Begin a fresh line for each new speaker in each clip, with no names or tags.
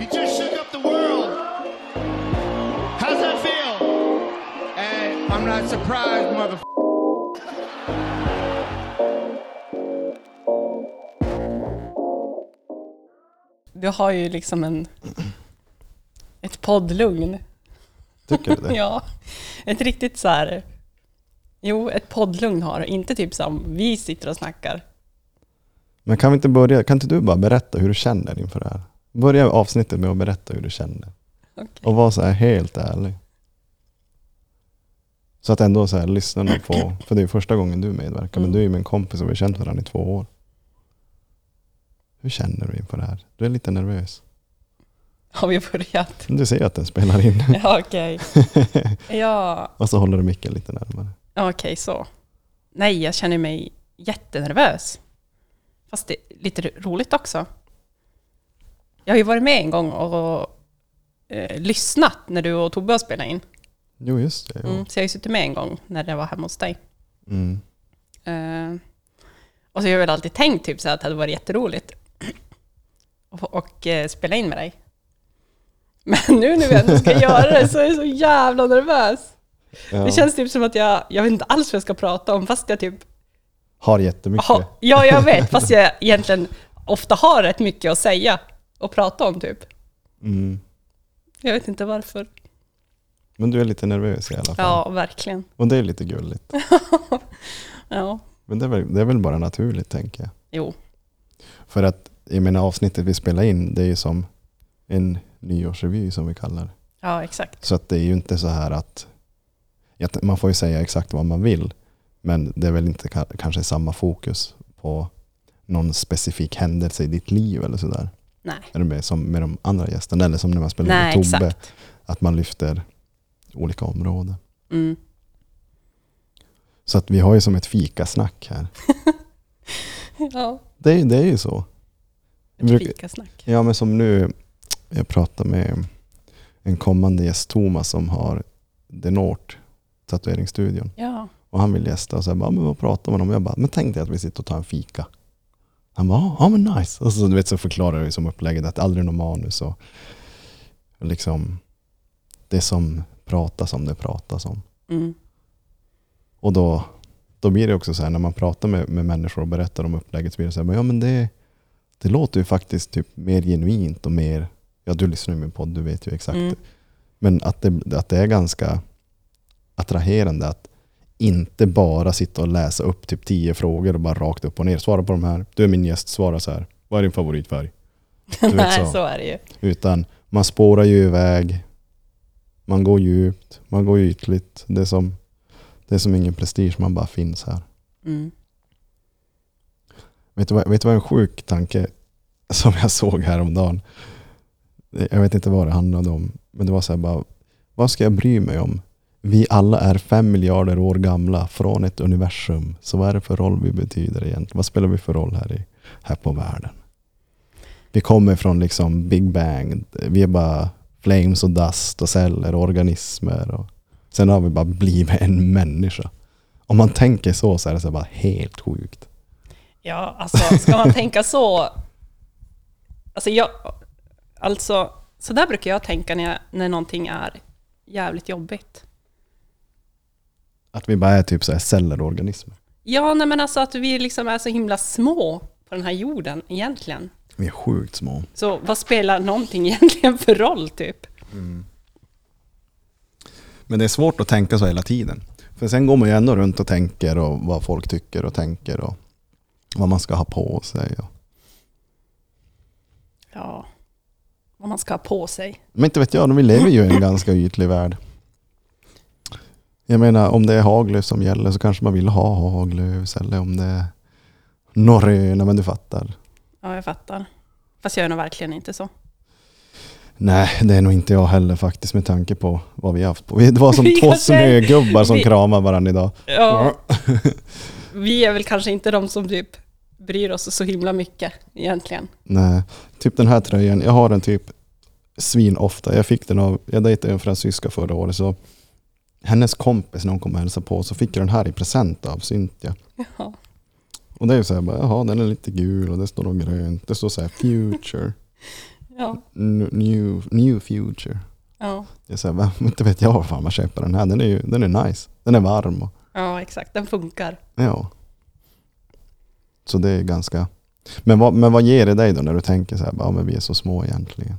He just shook up the world. How's that feel?
Hey, I'm not surprised, mother.
Du har ju liksom en... Ett poddlugn.
Tycker du det?
Ja. Ett riktigt så här... Jo, ett poddlugn har du. Inte typ som vi sitter och snackar.
Men kan vi inte börja, kan inte du bara berätta hur du känner inför det här? Börja avsnittet med att berätta hur du känner.
Okej.
Och vara så här helt ärlig. Så att ändå så här lyssnarna får, för det är ju första gången du medverkar, men
Mm.
du är ju min kompis och vi har känt varandra i två år. Hur känner du inför det här? Du är lite nervös.
Har vi börjat?
Du ser ju att den spelar in.
Ja, okej. Ja,
och så håller du micken lite närmare.
okej så. Nej, jag känner mig jättenervös. Fast det är lite roligt också. Jag har ju varit med en gång och eh, lyssnat när du och Tobbe har spelat in.
Jo, just det. Ja.
Mm, så jag har ju suttit med en gång när jag var hemma hos dig.
Mm.
Eh, och så har jag väl alltid tänkt typ så här att det hade varit jätteroligt att få- och eh, spela in med dig. Men nu när vi ändå ska göra det så är jag så jävla nervös.
Ja.
Det känns typ som att jag, jag vet inte alls vad jag ska prata om fast jag typ,
Har jättemycket.
ha, ja jag vet, fast jag egentligen ofta har rätt mycket att säga och prata om typ.
Mm.
Jag vet inte varför.
Men du är lite nervös i alla fall.
Ja, verkligen.
Och det är lite gulligt.
Ja,
Men det är, väl, det är väl bara naturligt, tänker jag.
jo.
För att i mina avsnittet vi spelar in, det är ju som en nyårsrevy som vi kallar det.
Ja, exakt.
Så att det är ju inte så här att, att man får ju säga exakt vad man vill, men det är väl inte ka- kanske samma fokus på någon specifik händelse i ditt liv eller sådär.
Nej.
Är du med som med de andra gästerna eller som när man spelar
Nej,
med Tobbe,
exakt.
att man lyfter olika områden.
Mm.
Så att vi har ju som ett fikasnack här.
Ja,
Det, är- det är ju så.
ett
Brukar-
fikasnack.
Ja, men som nu, jag pratar med en kommande gäst, Thomas, som har Denort, tatueringsstudion.
Ja.
Och han vill gästa och så jag bara, men vad pratar man om? Jag bara, men tänk dig att vi sitter och tar en fika. Han bara, "Ja, ja men nice. Och så, du vet, så förklarar jag ju som upplägget att aldrig något manus och och liksom det som pratas om, det pratas om.
Mm.
Och då, då blir det också så här när man pratar med, med människor och berättar om upplägget så blir det så här, men ja men det, det låter ju faktiskt typ mer genuint och mer, ja du lyssnar ju på min podd, du vet ju exakt.
Mm.
Men att det, att det är ganska attraherande att inte bara sitta och läsa upp typ tio frågor och bara rakt upp och ner. Svara på de här, du är min gäst, svara så här, vad är din favoritfärg? Du vet
Nej,
så.
så är det ju.
Utan man spårar ju iväg, man går djupt, man går ytligt. Det är som, det är som ingen prestige, man bara finns här.
Mm.
Vet du, vad, vet du vad en sjuk tanke som jag såg häromdagen? Jag vet inte vad det handlade om, men det var så här bara, vad ska jag bry mig om? Vi alla är fem miljarder år gamla från ett universum, så vad är det för roll vi betyder egentligen? Vad spelar vi för roll här, i, här på världen? Vi kommer från liksom Big Bang, vi är bara flames och dust och celler och organismer. Och, sen har vi bara blivit en människa. Om man tänker så, så är det så här bara helt sjukt.
Ja, alltså ska man tänka så... Alltså, jag, alltså så där brukar jag tänka när, jag, när någonting är jävligt jobbigt.
Att vi bara är typ så här celler och organismer.
Ja, nej men alltså att vi liksom är så himla små på den här jorden egentligen.
Vi är sjukt små.
Så vad spelar någonting egentligen för roll typ?
Men det är svårt att tänka så hela tiden. För sen går man ju ändå runt och tänker och vad folk tycker och tänker och vad man ska ha på sig. och-
Ja, vad man ska ha på sig.
Men inte vet jag, vi lever ju i en ganska ytlig värld. Jag menar, om det är Haglöf som gäller så kanske man vill ha Haglöfs eller om det är Norröna, men du fattar.
Ja, jag fattar. Fast jag gör nog verkligen inte så.
Nej, det är nog inte jag heller faktiskt med tanke på vad vi har haft på. Det var som
Vi
två
har sett-
snögubbar som
vi-
kramar varandra idag.
Ja, vi är väl kanske inte de som typ bryr oss så himla mycket egentligen.
Nej, typ den här tröjan. Jag har den typ svin ofta. Jag fick den av, jag dejtade en fransyska förra året så hennes kompis när hon kom och hälsade på så fick jag den här i present av Cynthia.
Ja.
Och det är ju så här, bara, jaha den är lite gul och det står något grönt. Det står så här future.
Ja.
N- New, new Future.
Ja.
Jag säger, vem, inte vet jag vad fan man köper den här. Den är ju den är nice. Den är varm och
ja, exakt. Den funkar.
ja. Så det är ganska... Men vad, men vad ger det dig då när du tänker så här, bara, ja men vi är så små egentligen?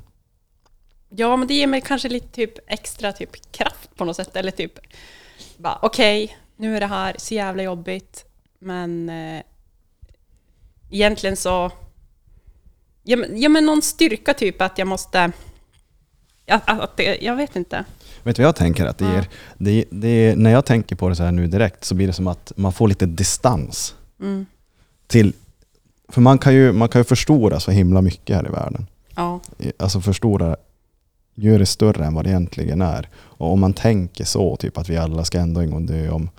Ja, men det ger mig kanske lite typ extra typ kraft på något sätt. Eller typ, bara okej, nu är det här så jävla jobbigt. Men eh, egentligen så, ja men, ja men någon styrka typ att jag måste, att, att, att det, jag vet inte.
Vet du vad jag tänker att det ger? Det, det, när jag tänker på det så här nu direkt så blir det som att man får lite distans. Till, för man kan, ju, man kan ju förstora så himla mycket här i världen.
Ja,
I- Alltså förstora, gör det större än vad det egentligen är. Och om man tänker så, typ att vi alla ska ändå en gång dö om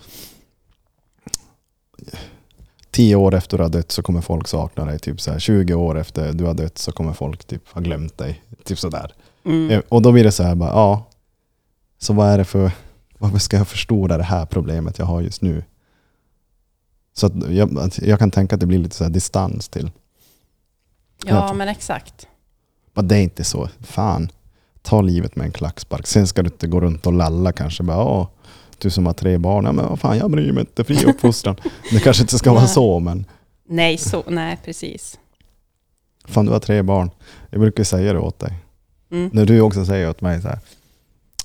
tio år efter du har dött så kommer folk sakna dig. Typ så här, 20 år efter du har dött så kommer folk typ ha glömt dig. Typ sådär. Eh, Och då blir det så här bara, ja. Så vad är det för, varför ska jag förstora det här problemet jag har just nu? Så att jag, att jag kan tänka att det blir lite så här distans till,
ja men exakt.
men det är inte så, fan. Ta livet med en klackspark. Sen ska du inte gå runt och lalla kanske. Bara, "Åh, du som har tre barn, ja, men vad fan jag bryr mig inte, fri uppfostran. det kanske inte ska vara
Nej.
så, men
Nej, så, nej precis.
fan du har tre barn. Jag brukar ju säga det åt dig.
Mm.
När du också säger åt mig så här,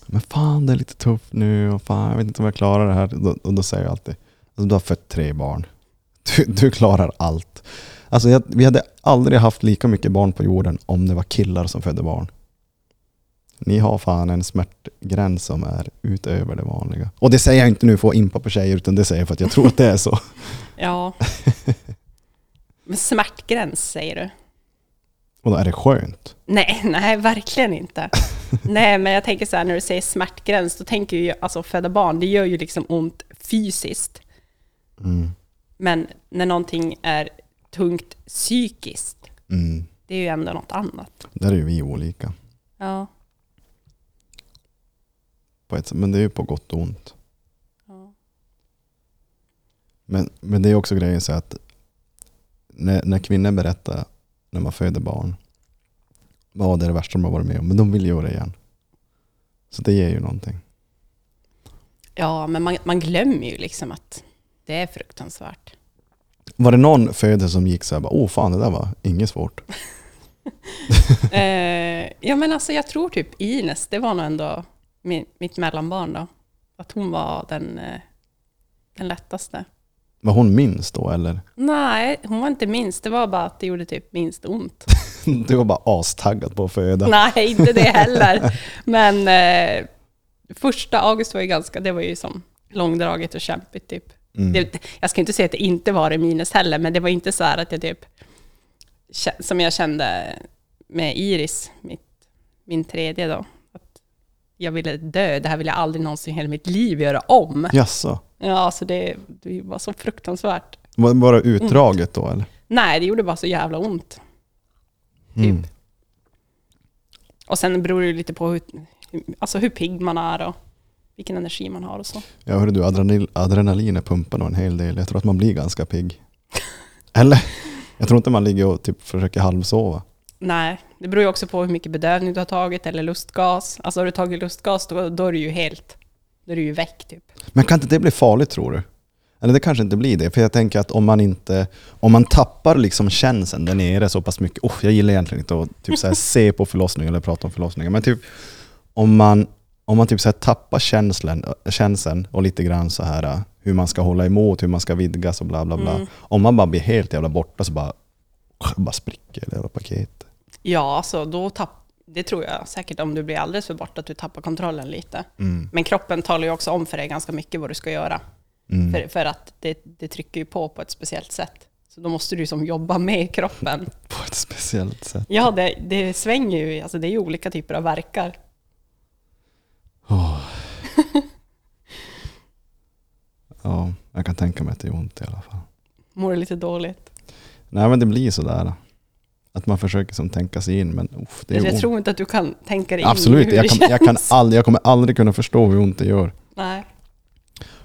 men fan det är lite tufft nu och fan jag vet inte om jag klarar det här. Då, och då säger jag alltid, alltså, du har fött tre barn. Du, du klarar allt. Alltså, jag, vi hade aldrig haft lika mycket barn på jorden om det var killar som födde barn. Ni har fan en smärtgräns som är utöver det vanliga. Och det säger jag inte nu för att impa på tjejer, utan det säger jag för att jag tror att det är så.
Ja. Men smärtgräns säger du?
Och då är det skönt.
Nej, nej, verkligen inte. nej, men jag tänker så här när du säger smärtgräns, då tänker ju jag, alltså föda barn, det gör ju liksom ont fysiskt.
Mm.
Men när någonting är tungt psykiskt,
Mm.
det är ju ändå något annat.
Där är ju vi olika.
Ja,
På ett, sätt. men det är ju på gott och ont.
ja,
Men, men det är också grejen så att när, när kvinnor berättar när man föder barn, vad är det värsta de har varit med om? Men de vill göra det igen. Så det ger ju någonting.
ja men man, man glömmer ju liksom att det är fruktansvärt.
Var det någon födelse som gick så här, bara, åh fan det där var inget svårt.
eh, ja, men alltså jag tror typ Ines, det var nog ändå min, mitt mellanbarn då, att hon var den, eh, den lättaste.
Var hon minst då eller?
Nej, hon var inte minst. Det var bara att det gjorde typ minst ont.
Du var bara astaggad på att föda.
Nej, inte det heller. Men eh, första augusti var ju ganska, det var ju som långdraget och kämpigt typ.
Mm.
Det, jag ska inte säga att det inte var det minus heller, men det var inte så här att jag typ, kä- som jag kände med Iris, mitt, min tredje då, att jag ville dö, det här vill jag aldrig någonsin i hela mitt liv göra om.
Jaså?
Ja, alltså det, det var så fruktansvärt.
Var, var det utdraget då eller?
Nej, det gjorde bara så jävla ont. Typ.
Mm.
Och sen beror det ju lite på hur, alltså hur pigg man är och vilken energi man har och så.
Jag hörde du, adrenalin, adrenalinet pumpar nog en hel del. Jag tror att man blir ganska pigg. Eller? Jag tror inte man ligger och typ försöker halvsova.
Nej, det beror ju också på hur mycket bedövning du har tagit eller lustgas. Alltså har du tagit lustgas då, då är du ju helt, då är du ju väck typ.
Men kan inte det bli farligt tror du? Eller det kanske inte blir det, för jag tänker att om man inte, om man tappar liksom känslan där nere så pass mycket, oh, jag gillar egentligen inte att typ så här se på förlossning eller prata om förlossningar, men typ om man, om man typ så här tappar känslan, känslan och lite grann så här äh, hur man ska hålla emot, hur man ska vidgas och bla bla bla. Om man bara blir helt jävla borta så bara, bara spricker det jävla paketet.
Ja, alltså då tapp, det tror jag säkert om du blir alldeles för bort att du tappar kontrollen lite.
Mm.
Men kroppen talar ju också om för dig ganska mycket vad du ska göra.
Mm.
För, för att det, det trycker ju på på ett speciellt sätt. Så då måste du ju som jobba med kroppen.
På ett speciellt sätt.
Ja, det, det svänger ju. Alltså det är ju olika typer av verkar.
Ja, jag kan tänka mig att det gör ont i alla fall.
Mår du lite dåligt.
Nej men det blir sådär. Att man försöker som tänka sig in men uff, det är
jag
ont.
tror inte att du kan tänka dig in
Absolut,
hur
jag,
det
kan, jag, kan
känns.
aldrig, jag kommer aldrig kunna förstå hur ont det gör.
Nej.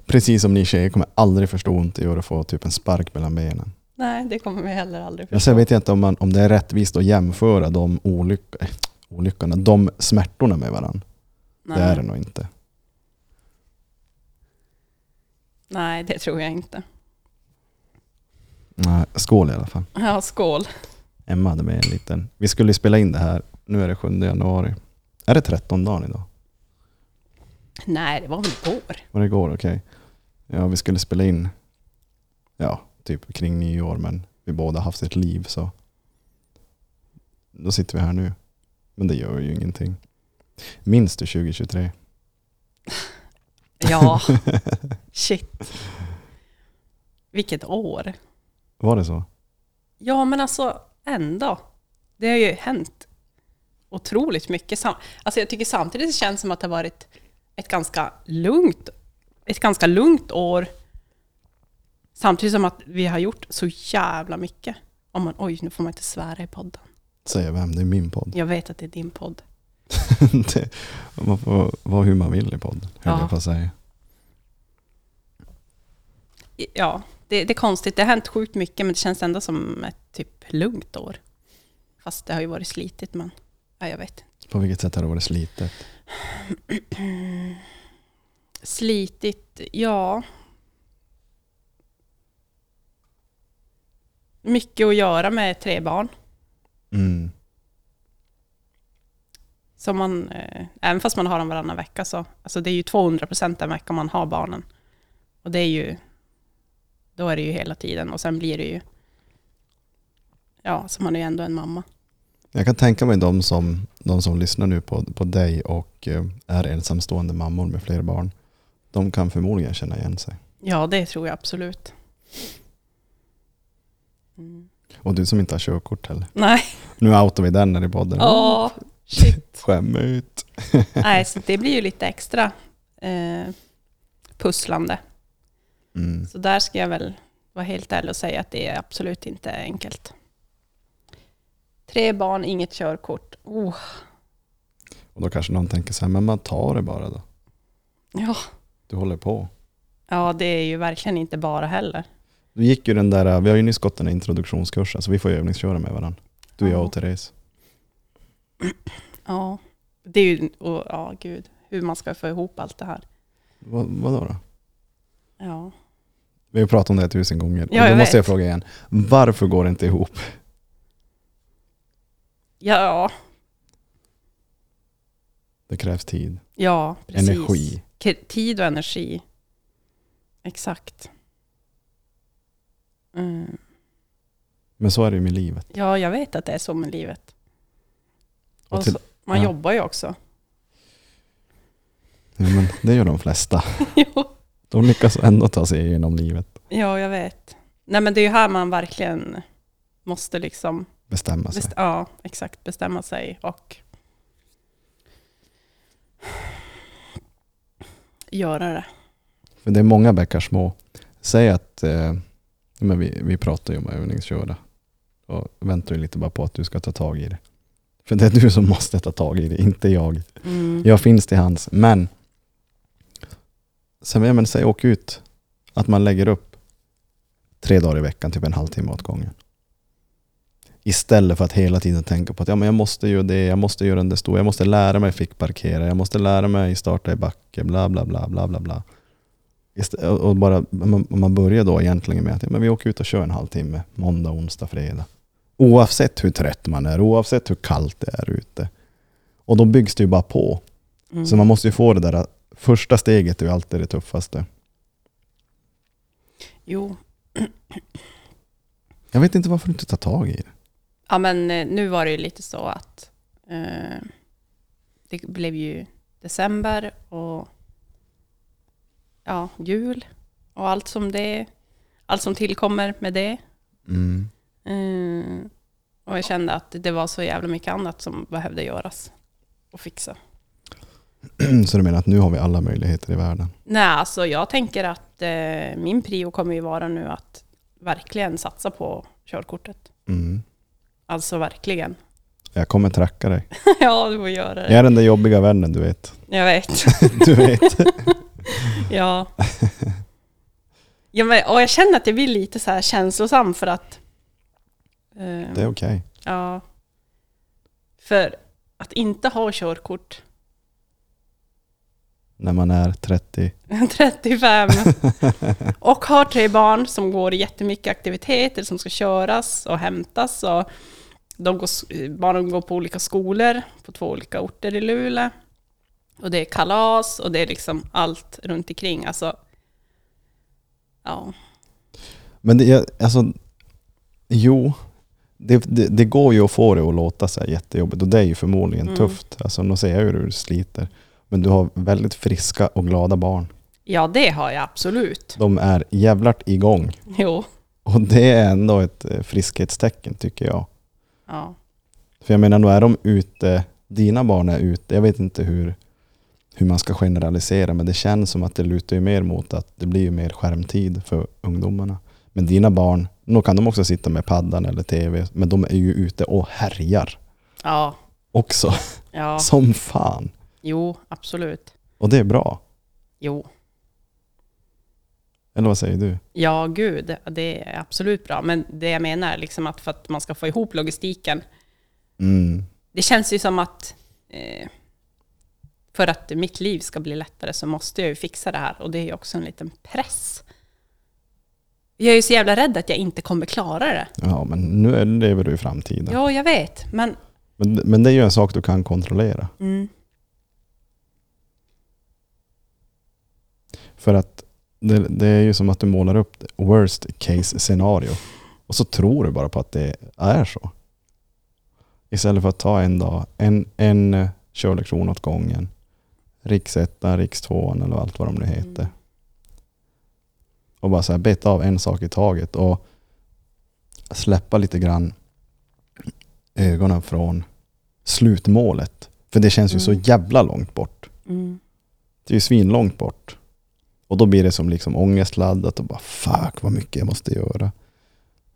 Precis som ni tjejer kommer aldrig förstå hur ont det gör att få typ en spark mellan benen.
Nej, det kommer vi heller aldrig
Men
förstå.
sen vet jag inte om, man, om det är rättvist att jämföra de olyck, eh, olyckorna, de smärtorna med varandra.
Nej.
Det är det nog inte.
Nej, det tror jag inte.
Nej, skål i alla fall.
Ja, skål.
Emma hade med en liten... Vi skulle ju spela in det här, nu är det 7 januari. Är det 13 dagen idag?
Nej, det var väl igår.
Var det igår? Okej. Ja, vi skulle spela in, ja, typ kring nyår, men vi båda haft ett liv så. Då sitter vi här nu. Men det gör ju ingenting. Minns du 2023?
Ja, shit. Vilket år.
Var det så?
Ja, men alltså ändå. Det har ju hänt otroligt mycket. Sam- Alltså jag tycker samtidigt det känns som att det har varit ett ganska lugnt, ett ganska lugnt år. Samtidigt som att vi har gjort så jävla mycket. Om man, oj, nu får man inte svära i podden.
Säger vem? Det är min podd.
Jag vet att det är din podd.
det, man får vara hur man vill i podden, höll
Ja.
jag på att säga.
I- Ja, det, det är konstigt. Det har hänt sjukt mycket, men det känns ändå som ett typ lugnt år. Fast det har ju varit slitigt, men ja, jag vet.
På vilket sätt har det varit slitet?
Slitigt, ja. Mycket att göra med tre barn.
Mm.
Som man, eh, även fast man har dem varannan vecka så, alltså det är ju 200 procent den vecka man har barnen. Och det är ju, då är det ju hela tiden och sen blir det ju, ja, så man är ju ändå en mamma.
Jag kan tänka mig de som, de som lyssnar nu på, på dig och eh, är ensamstående mammor med fler barn. De kan förmodligen känna igen sig.
Ja, det tror jag absolut. Mm.
Och du som inte har körkort heller.
Nej,
Nu outar vi den här i podden.
åh, shit.
Skäm ut.
Nej, så det blir ju lite extra eh, pusslande.
Mm.
Så där ska jag väl vara helt ärlig och säga att det är absolut inte enkelt. Tre barn, inget körkort. Oh,
Och då kanske någon tänker så här, men man tar det bara då.
ja.
Du håller på.
ja, det är ju verkligen inte bara heller.
Du gick ju den där, vi har ju nyss gått den här introduktionskursen, så vi får ju övningsköra med varandra. Du, jag och Therese.
Ja, det är ju, och, ja gud, hur man ska få ihop allt det här.
Vad, vadå då?
Ja,
Vi har ju pratat om det här tusen gånger.
Ja,
och då
jag
måste jag
vet.
fråga igen. Varför går det inte ihop?
ja,
Det krävs tid,
ja precis.
energi.
K- Tid och energi. Exakt. Mm.
Men så är det ju med livet.
Ja, jag vet att det är så med livet.
Och
Och
till-
så, man
ja.
jobbar ju också.
Ja, men det gör de flesta.
Jo.
De lyckas ändå ta sig igenom livet.
ja, jag vet. Nej, men det är ju här man verkligen måste liksom...
Bestämma sig.
Best, ja, exakt. Bestämma sig och göra det.
För det är många bäckar små. Säg att, eh, men vi, vi pratar ju om att övningsköra. Och väntar ju lite bara på att du ska ta tag i det. För det är du som måste ta tag i det, inte jag.
Mm.
Jag finns till hands, men... Sen, ja, men säg åk ut. Att man lägger upp tre dagar i veckan, typ en halvtimme åt gången. Istället för att hela tiden tänka på att ja, men jag måste göra det, jag måste göra den där stora, jag måste lära mig fick parkera, jag måste lära mig starta i backe, bla bla bla bla bla. bla. Istä- och- och bara, man, man börjar då egentligen med att ja, men vi åker ut och kör en halvtimme, måndag, onsdag, fredag. Oavsett hur trött man är, oavsett hur kallt det är ute. Och då byggs det ju bara på.
Mm.
Så man måste ju få det där, äh, första steget är ju alltid det tuffaste.
Jo.
Jag vet inte varför du inte tar tag i det.
Ja, men eh, nu var det ju lite så att eh, det blev ju december och ja, jul och allt som det allt som tillkommer med det.
Mm.
Eh, och jag kände att det var så jävla mycket annat som behövde göras och fixa.
Så du menar att nu har vi alla möjligheter i världen?
Nej, alltså jag tänker att eh, min prio kommer ju vara nu att verkligen satsa på körkortet.
Mm.
Alltså verkligen.
Jag kommer tracka dig.
ja, du får göra
Jag
det.
är den där jobbiga vännen du vet.
Jag vet.
Du vet.
Ja. Ja, men, och jag känner att jag blir lite så här känslosam för att... eh,
Det är okej.
Ja. För att inte ha körkort
När man är 30.
35 och har tre barn som går i jättemycket aktiviteter som ska köras och hämtas. Och de går, barnen går på olika skolor på två olika orter i Luleå. Och det är kalas och det är liksom allt runt omkring. Alltså, ja.
Men det är, alltså, jo, det, det, det går ju att få det att låta så här jättejobbigt och det är ju förmodligen
Mm.
tufft. Alltså, nu ser jag hur du sliter. Men du har väldigt friska och glada barn.
ja, det har jag absolut.
De är jävlart igång.
Jo.
Och det är ändå ett eh, friskhetstecken tycker jag.
Ja.
För jag menar, då är de ute, dina barn är ute, jag vet inte hur, hur man ska generalisera, men det känns som att det lutar ju mer mot att det blir ju mer skärmtid för ungdomarna. Men dina barn, nog kan de också sitta med paddan eller tv, men de är ju ute och härjar
Ja.
också,
Ja.
som fan.
Jo, absolut.
Och det är bra.
Jo.
Eller vad säger du?
Ja, gud, det är absolut bra. Men det jag menar är liksom att för att man ska få ihop logistiken.
Mm.
Det känns ju som att eh, för att mitt liv ska bli lättare så måste jag ju fixa det här. Och det är ju också en liten press. Jag är ju så jävla rädd att jag inte kommer klara det.
Ja, men nu lever du i framtiden.
Ja, jag vet. Men
Men, men det är ju en sak du kan kontrollera.
mm,
För att det, det är ju som att du målar upp det worst case scenario. Och så tror du bara på att det är så. Istället för att ta en dag, en, en eh, körlektion åt gången. Riksettan, rikstvåan eller allt vad de nu heter.
Mm.
Och bara så här beta av en sak i taget och släppa lite grann ögonen från slutmålet. För det känns ju så
Mm.
jävla långt bort.
mm,
Det är ju svinlångt bort. Och då blir det som liksom ångestladdat och bara fuck vad mycket jag måste göra.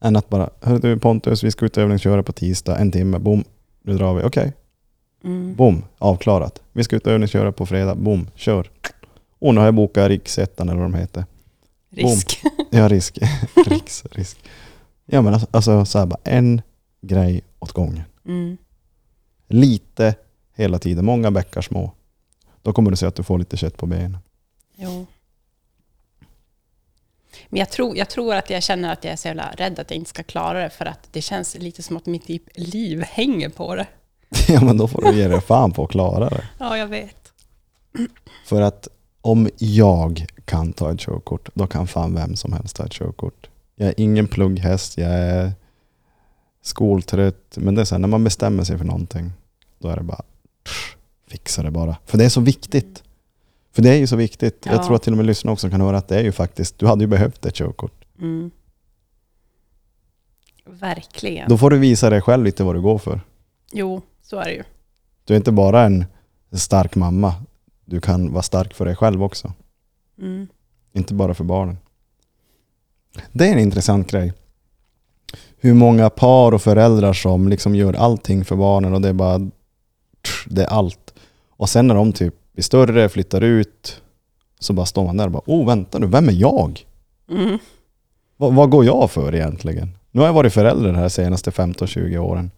Än att bara, hörru du Pontus, vi ska ut och övningsköra på tisdag, en timme, bom, nu drar vi, okej,
mm,
bom, avklarat. Vi ska ut och övningsköra på fredag, bom, kör. Och nu har jag bokat Riksettan eller vad de heter.
risk.
Ja, risk. riks, risk. Ja men alltså, alltså så här bara en grej åt gången.
Mm,
Lite hela tiden, många bäckar små. Då kommer du se att du får lite kött på benen.
jo. Men jag tror, jag tror att jag känner att jag är så jävla rädd att jag inte ska klara det för att det känns lite som att mitt liv- liv hänger på det.
Ja men då får du ge dig fan på att klara det.
Ja, jag vet.
För att om jag kan ta ett körkort, då kan fan vem som helst ta ett körkort. Jag är ingen plugghäst, jag är skoltrött, men det är så här, när man bestämmer sig för någonting, då är det bara pff, fixa det bara. För det är så viktigt. För det är ju så viktigt.
Ja.
Jag tror att till och med lyssnarna också kan höra att det är ju faktiskt, du hade ju behövt ett körkort.
Mm. Verkligen.
Då får du visa dig själv lite vad du går för.
Jo, så är det ju.
Du är inte bara en stark mamma, du kan vara stark för dig själv också.
Mm.
Inte bara för barnen. Det är en intressant grej. Hur många par och föräldrar som liksom gör allting för barnen och det är bara... tsch, Det är allt. Och sen när de typ blir större, flyttar ut, så bara står man där och bara oh vänta nu, vem är jag?
Mm.
Vad, vad går jag för egentligen? Nu har jag varit förälder de här senaste 15-20 åren.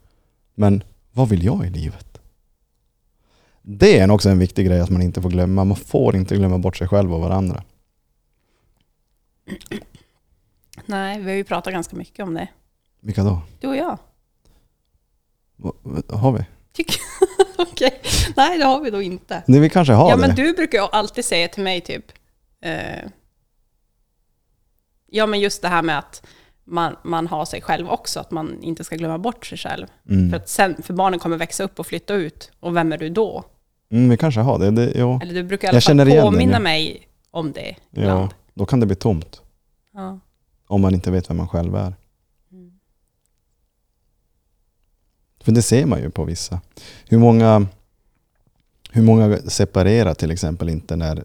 Men vad vill jag i livet? Det är också en viktig grej att man inte får glömma. Man får inte glömma bort sig själv och varandra.
Nej, vi har ju pratat ganska mycket om det.
Vilka då?
Du och jag.
Va- va- Har vi?
Okej. Nej, det har vi då inte.
Nej, vi kanske har
Ja,
det.
men du brukar ju alltid säga till mig typ... Eh, ja, men just det här med att man, man har sig själv också, att man inte ska glömma bort sig själv. För,
mm.
att sen, för barnen kommer växa upp och flytta ut, och vem är du då?
Mm, vi kanske har det. det ja.
Eller du brukar i
Jag
alla
känner
fall
igen den,
påminna
ja.
mig om det
ja,
ibland.
då kan det bli tomt.
Ja.
Om man inte vet vem man själv är.
Mm.
För det ser man ju på vissa. Hur många, hur många separerar till exempel inte när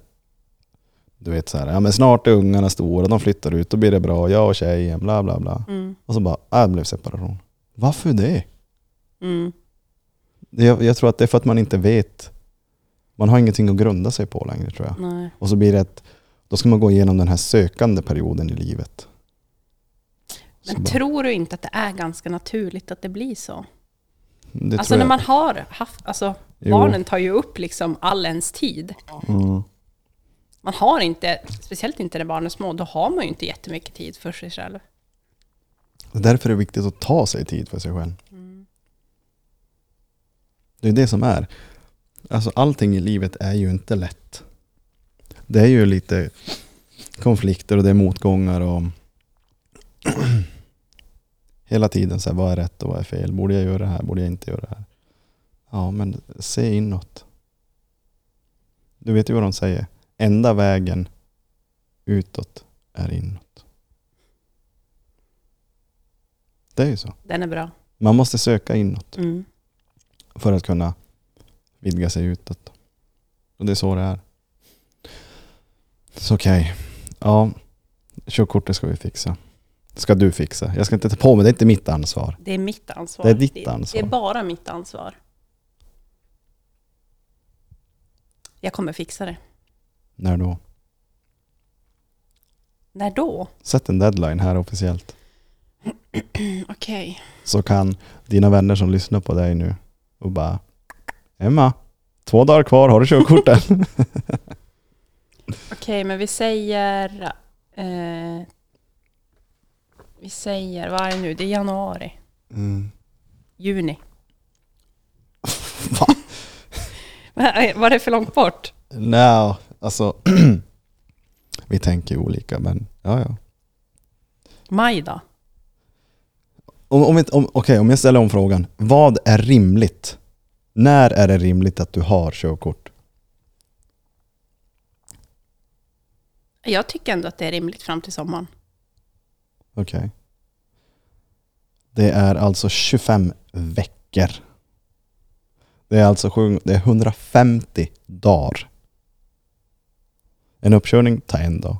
du vet så här, ja men snart är ungarna stora, de flyttar ut, då blir det bra, jag och tjejen, bla bla bla.
Mm.
Och så bara, ah, det blev separation. Varför det?
Mm.
Det- Jag, jag tror att det är för att man inte vet. Man har ingenting att grunda sig på längre tror jag.
Nej.
Och så blir det ett, Då ska man gå igenom den här sökande perioden i livet. Så
Men
bara,
tror du inte att det är ganska naturligt att det blir så?
det
Alltså
tror
när
jag-
man har haft, alltså
Jo.
barnen tar ju upp liksom all ens tid.
Mm.
Man har inte, speciellt inte när barnen är små, då har man ju inte jättemycket tid för sig själv.
Och Därför är det viktigt att ta sig tid för sig själv. Det är det som är. Alltså allting i livet är ju inte lätt. Det är ju lite konflikter och det är motgångar och hela tiden så här, vad är rätt och vad är fel? Borde jag göra det här? Borde jag inte göra det här? Ja, men se inåt. Du vet ju vad de säger. Enda vägen utåt är inåt. Det är ju så.
Den är bra.
Man måste söka inåt
Mm.
för att kunna vidga sig utåt. Och det är så det är. Så okej, ja, körkortet ska vi fixa. Ska du fixa. Jag ska inte ta på mig, det är inte mitt ansvar.
Det är mitt ansvar.
Det är ditt ansvar.
Det är bara mitt ansvar. Jag kommer fixa det.
När då?
När då?
Sätt en deadline här officiellt.
Okej.
Så kan dina vänner som lyssnar på dig nu och bara Emma, två dagar kvar, har du körkortet?
Okej, men vi säger... Eh, vi säger, vad är det nu? Det är januari.
Mm.
Juni.
Va?
eh, Var det för långt bort?
Nej, alltså vi tänker olika men ja ja.
Maj då?
Om, om, inte- om, okej, om jag ställer om frågan. Vad är rimligt? När är det rimligt att du har körkort?
Jag tycker ändå att det är rimligt fram till sommaren.
Okej. Det är alltså 25 veckor. Det är alltså sju- det är 150 dagar. En uppkörning tar en dag.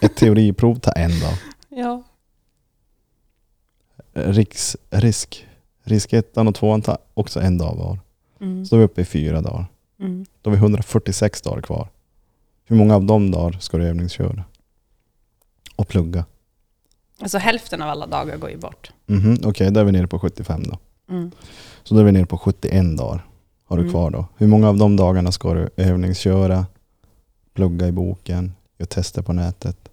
Ett teoriprov tar en dag.
Ja.
Riks, risk, risk ettan och tvåan tar också en dag var.
Mm.
Så då är vi uppe i fyra dagar.
Mm.
Då har vi 146 dagar kvar. Hur många av de dagar ska du övningsköra? Och plugga?
Alltså hälften av alla dagar går ju bort.
Mhm, Okej, då är vi nere på 75 då.
Mm.
Så då är vi nere på 71 dagar har du
Mm.
kvar då. Hur många av de dagarna ska du övningsköra, plugga i boken, göra tester på nätet?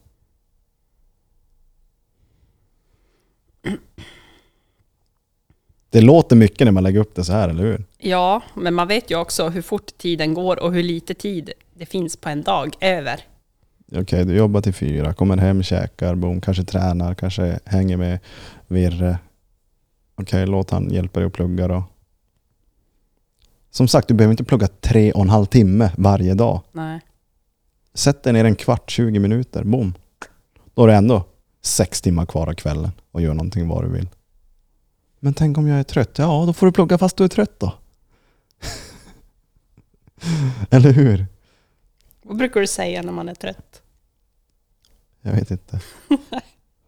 Det låter mycket när man lägger upp det så här, eller hur?
Ja, men man vet ju också hur fort tiden går och hur lite tid det finns på en dag över.
Okej, du jobbar till fyra, kommer hem, käkar, boom, kanske tränar, kanske hänger med Virre. Okej, låt han hjälpa dig att plugga då. Som sagt, du behöver inte plugga tre och en halv timme varje dag.
Nej.
Sätt dig ner en kvart, 20 minuter, boom. Då är det ändå sex timmar kvar av kvällen och gör någonting vad du vill. Men tänk om jag är trött? Ja, då får du plugga fast du är trött då. Eller hur?
Vad brukar du säga när man är trött?
Jag vet inte.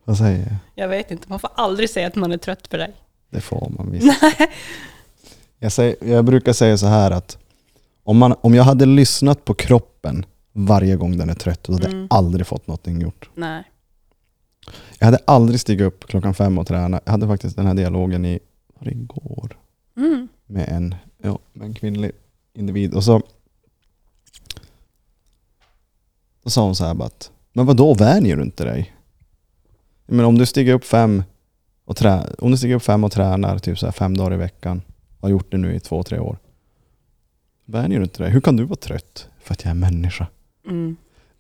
Vad säger jag?
Jag vet inte, man får aldrig säga att man är trött på dig.
Det får man visst. Jag, säger, jag brukar säga så här att om, man, om jag hade lyssnat på kroppen varje gång den är trött, då hade
Mm.
jag aldrig fått någonting gjort.
Nej.
Jag hade aldrig stigit upp klockan fem och tränat. Jag hade faktiskt den här dialogen i, var det igår?
Mm.
Med en, ja, med en kvinnlig individ. Och så då sa hon så här bara att, men vad då vänjer du inte dig? Men om du stiger upp fem och, trä, om du stiger upp fem och tränar typ så här fem dagar i veckan och har gjort det nu i två, tre år. Vänjer du inte dig? Hur kan du vara trött? För att jag är människa.
Mm.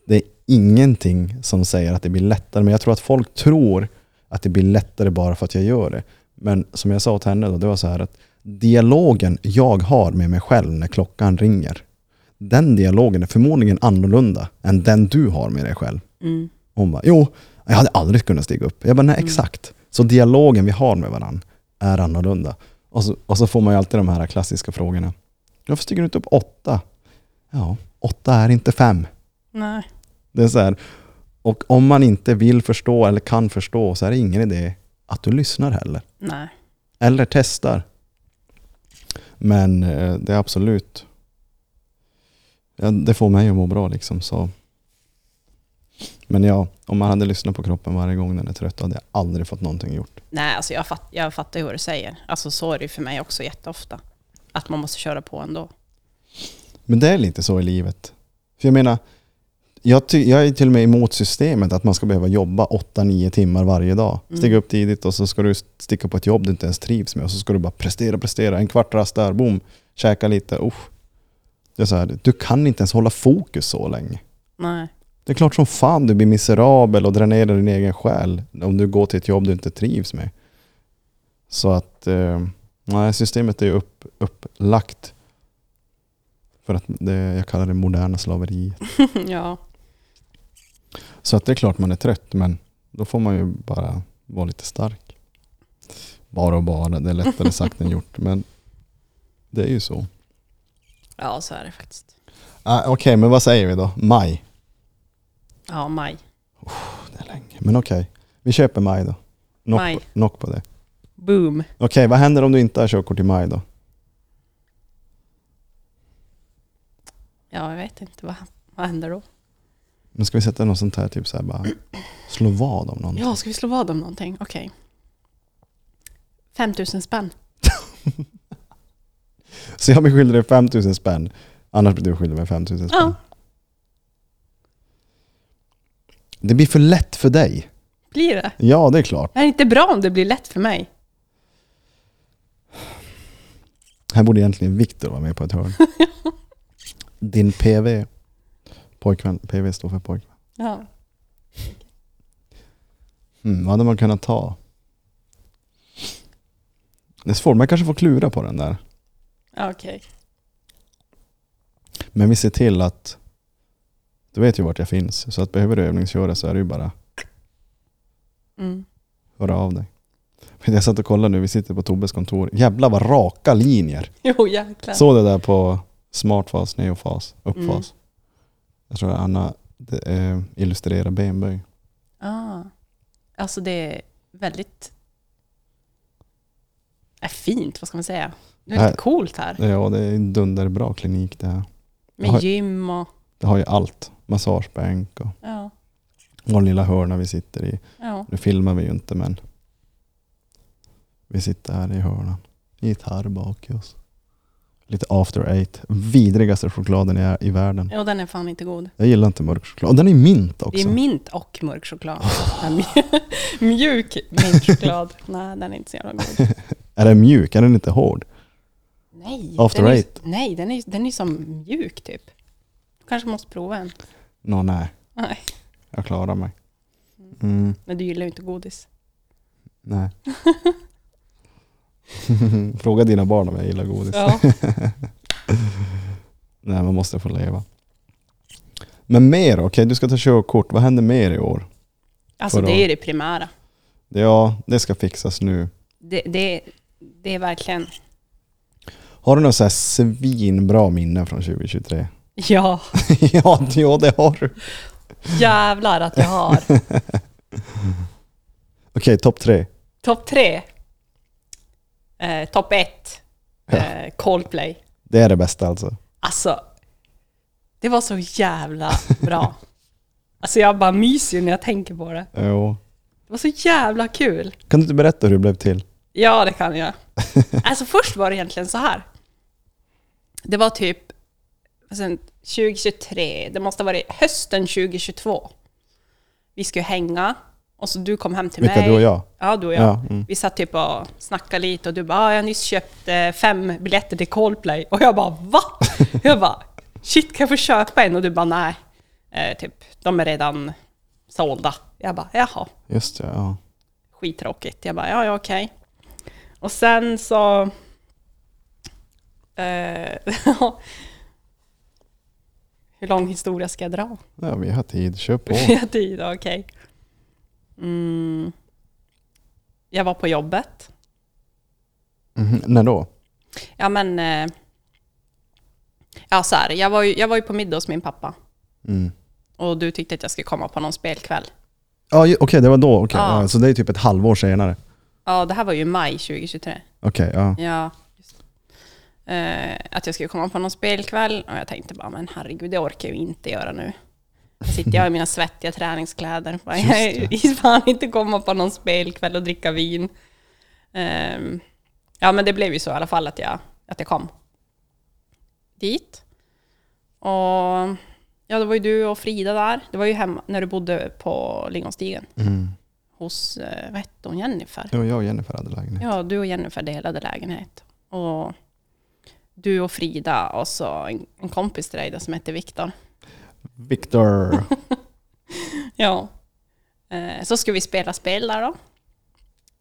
Det är ingenting som säger att det blir lättare, men jag tror att folk tror att det blir lättare bara för att jag gör det. Men som jag sa till henne då, det var så här att dialogen jag har med mig själv när klockan ringer, den dialogen är förmodligen annorlunda än den du har med dig själv.
Mm.
Hon bara, jo, jag hade aldrig kunnat stiga upp. Jag bara, nej exakt. Så dialogen vi har med varandra är annorlunda. Och så, och så får man ju alltid de här klassiska frågorna. Varför stiger du inte upp åtta? Ja, åtta är inte fem.
Nej.
Det är så här, och om man inte vill förstå eller kan förstå så är det ingen idé att du lyssnar heller.
Nej.
Eller testar. Men eh, det är absolut, ja, det får mig att må bra liksom. Så Men ja, om man hade lyssnat på kroppen varje gång den är trött hade jag aldrig fått någonting gjort.
Nej, alltså jag, fatt, jag fattar ju vad du säger. Alltså så är det ju för mig också jätteofta. Att man måste köra på ändå.
Men det är lite så i livet. För jag menar, jag, ty- jag är till och med emot systemet att man ska behöva jobba 8-9 timmar varje dag. Stiga upp tidigt och så ska du sticka på ett jobb du inte ens trivs med och så ska du bara prestera, prestera. En kvart rast där, boom, käka lite, usch. Det är så här, du kan inte ens hålla fokus så länge.
Nej.
Det är klart som fan du blir miserabel och dränerar din egen själ om du går till ett jobb du inte trivs med. Så att eh, nej, systemet är ju upp, upplagt för att det, jag kallar det moderna slaveriet.
ja.
Så att det är klart man är trött men då får man ju bara vara lite stark. Bara och bara, det är lättare sagt än gjort men det är ju så.
ja, så är det faktiskt.
Ah, okej, men vad säger vi då? Maj.
Ja, maj.
Det är länge. Men okej, vi köper maj då. Knock,
Maj.
På, knock på det.
Boom.
Okej, vad händer om du inte har körkort i maj då?
Ja, jag vet inte. Vad, vad händer då?
Men ska vi sätta något sånt här, typ så här bara slå vad om någon?
Ja, ska vi slå vad om någonting? Okej. 5000 spänn.
Så jag blir skyldig dig 5000 spänn, annars blir du skyldig mig 5000 spänn.
Ja.
Det blir för lätt för dig.
Blir det?
Ja, det är klart.
Det är inte bra om det blir lätt för mig.
Här borde egentligen Viktor vara med på ett hörn. Din PV. Pojkvän. PV står för pojkvän.
Ja.
Mm, vad hade man kunnat ta? Det är svårt, man kanske får klura på den där.
Ja, Okej.
Men vi ser till att du vet ju vart jag finns, så att behöver du övningsköra så är det ju bara
Mm.
höra av dig. Men jag satt och kollade nu, vi sitter på Tobbes kontor. Jävlar vad raka linjer!
Jo, jäklar.
Såg det där på smartfas, neofas, uppfas?
Mm.
Jag tror Anna det, eh, illustrerar benböj.
Ah. Alltså det är väldigt är fint, vad ska man säga? Det är
Nej.
lite coolt här.
Ja, det är en dunderbra klinik det här.
Med
Har-
gym och...
Det har ju allt. Massagebänk och,
Ja.
och den lilla hörna vi sitter i.
ja.
Nu filmar vi ju inte men vi sitter här i hörnan. Gitarr bak i oss. Lite after eight. Vidrigaste chokladen i, i världen.
Ja, den är fan inte god.
Jag gillar inte mörk choklad. Och den är mint också.
Det är mint och mörk choklad. Mjuk mint choklad. Nej, den är inte så jävla god.
Är den mjuk? Är den inte hård?
Nej,
After
den är, ju-
eight.
nej den, är, ju- den är ju som mjuk typ. Du kanske måste prova en.
Nå, nej.
Nej,
Jag klarar mig. Mm,
men du gillar ju inte godis.
nej. Fråga dina barn om jag gillar godis.
Ja.
Nej, man måste få leva. Men mer, okej, du ska ta körkort. Vad händer mer i år?
Alltså
Vadå?
det är det primära.
Ja, det ska fixas nu.
Det, det, det är verkligen...
Har du några så här svinbra minnen från 2023?
Ja,
ja, ja, det har du. Okej,
jävlar att jag har.
topp tre.
Topp tre. Eh, Topp ett. Eh, Coldplay.
Det är det bästa alltså.
Alltså, det var så jävla bra. Alltså jag bara myser ju när jag tänker på det.
Jo.
Det var så jävla kul.
Kan du inte berätta hur det blev till?
Ja, det kan jag. Alltså först var det egentligen så här. Det var typ sen 2023, det måste ha varit hösten 2022. Vi skulle hänga och så du kom hem till
Vilka,
mig.
du och jag?
Ja, du och jag.
Ja, mm.
Vi satt typ och snackade lite och du bara, ah, jag har nyss köpt eh, fem biljetter till Coldplay. Och jag bara, va? jag bara, shit kan jag få köpa en? Och du bara, nej. Eh, typ, de är redan sålda. Jag bara, jaha
Just det, ja.
skittråkigt. Jag bara, ja, ja, okej. Och sen så... Eh, hur lång historia ska jag dra?
Ja, vi har tid. Kör på.
Vi har tid, okej. Mm. Jag var på jobbet.
Mhm, När då?
Ja, men... Eh, ja, så här. Jag var, ju, jag var ju på middag hos min pappa.
Mm.
Och du tyckte att jag skulle komma på någon spelkväll.
Ja, ju- okej, det var då. Okej,
Ja.
ja. så det är typ ett halvår senare.
Ja, det här var ju i maj 2023.
Okej, ja.
Ja. Eh, att jag skulle komma på någon spelkväll och jag tänkte bara, men herregud, det orkar jag ju inte göra nu. Sitter jag i mina svettiga träningskläder. Bara, Jag vill fan inte komma på någon spelkväll och dricka vin. Ehm, ja, men det blev ju så i alla fall att jag, att jag kom dit. Och ja, det var ju du och Frida där. Det var ju hemma när du bodde på Lingonstigen
Mm.
hos, eh, vad hette hon, Jennifer?
Det var jag och Jennifer hade lägenhet.
Ja, du och Jennifer delade lägenhet. Och du och Frida och så en, en kompis till dig då som hette Viktor.
Victor!
Ja. Eh, Så skulle vi spela spel där då.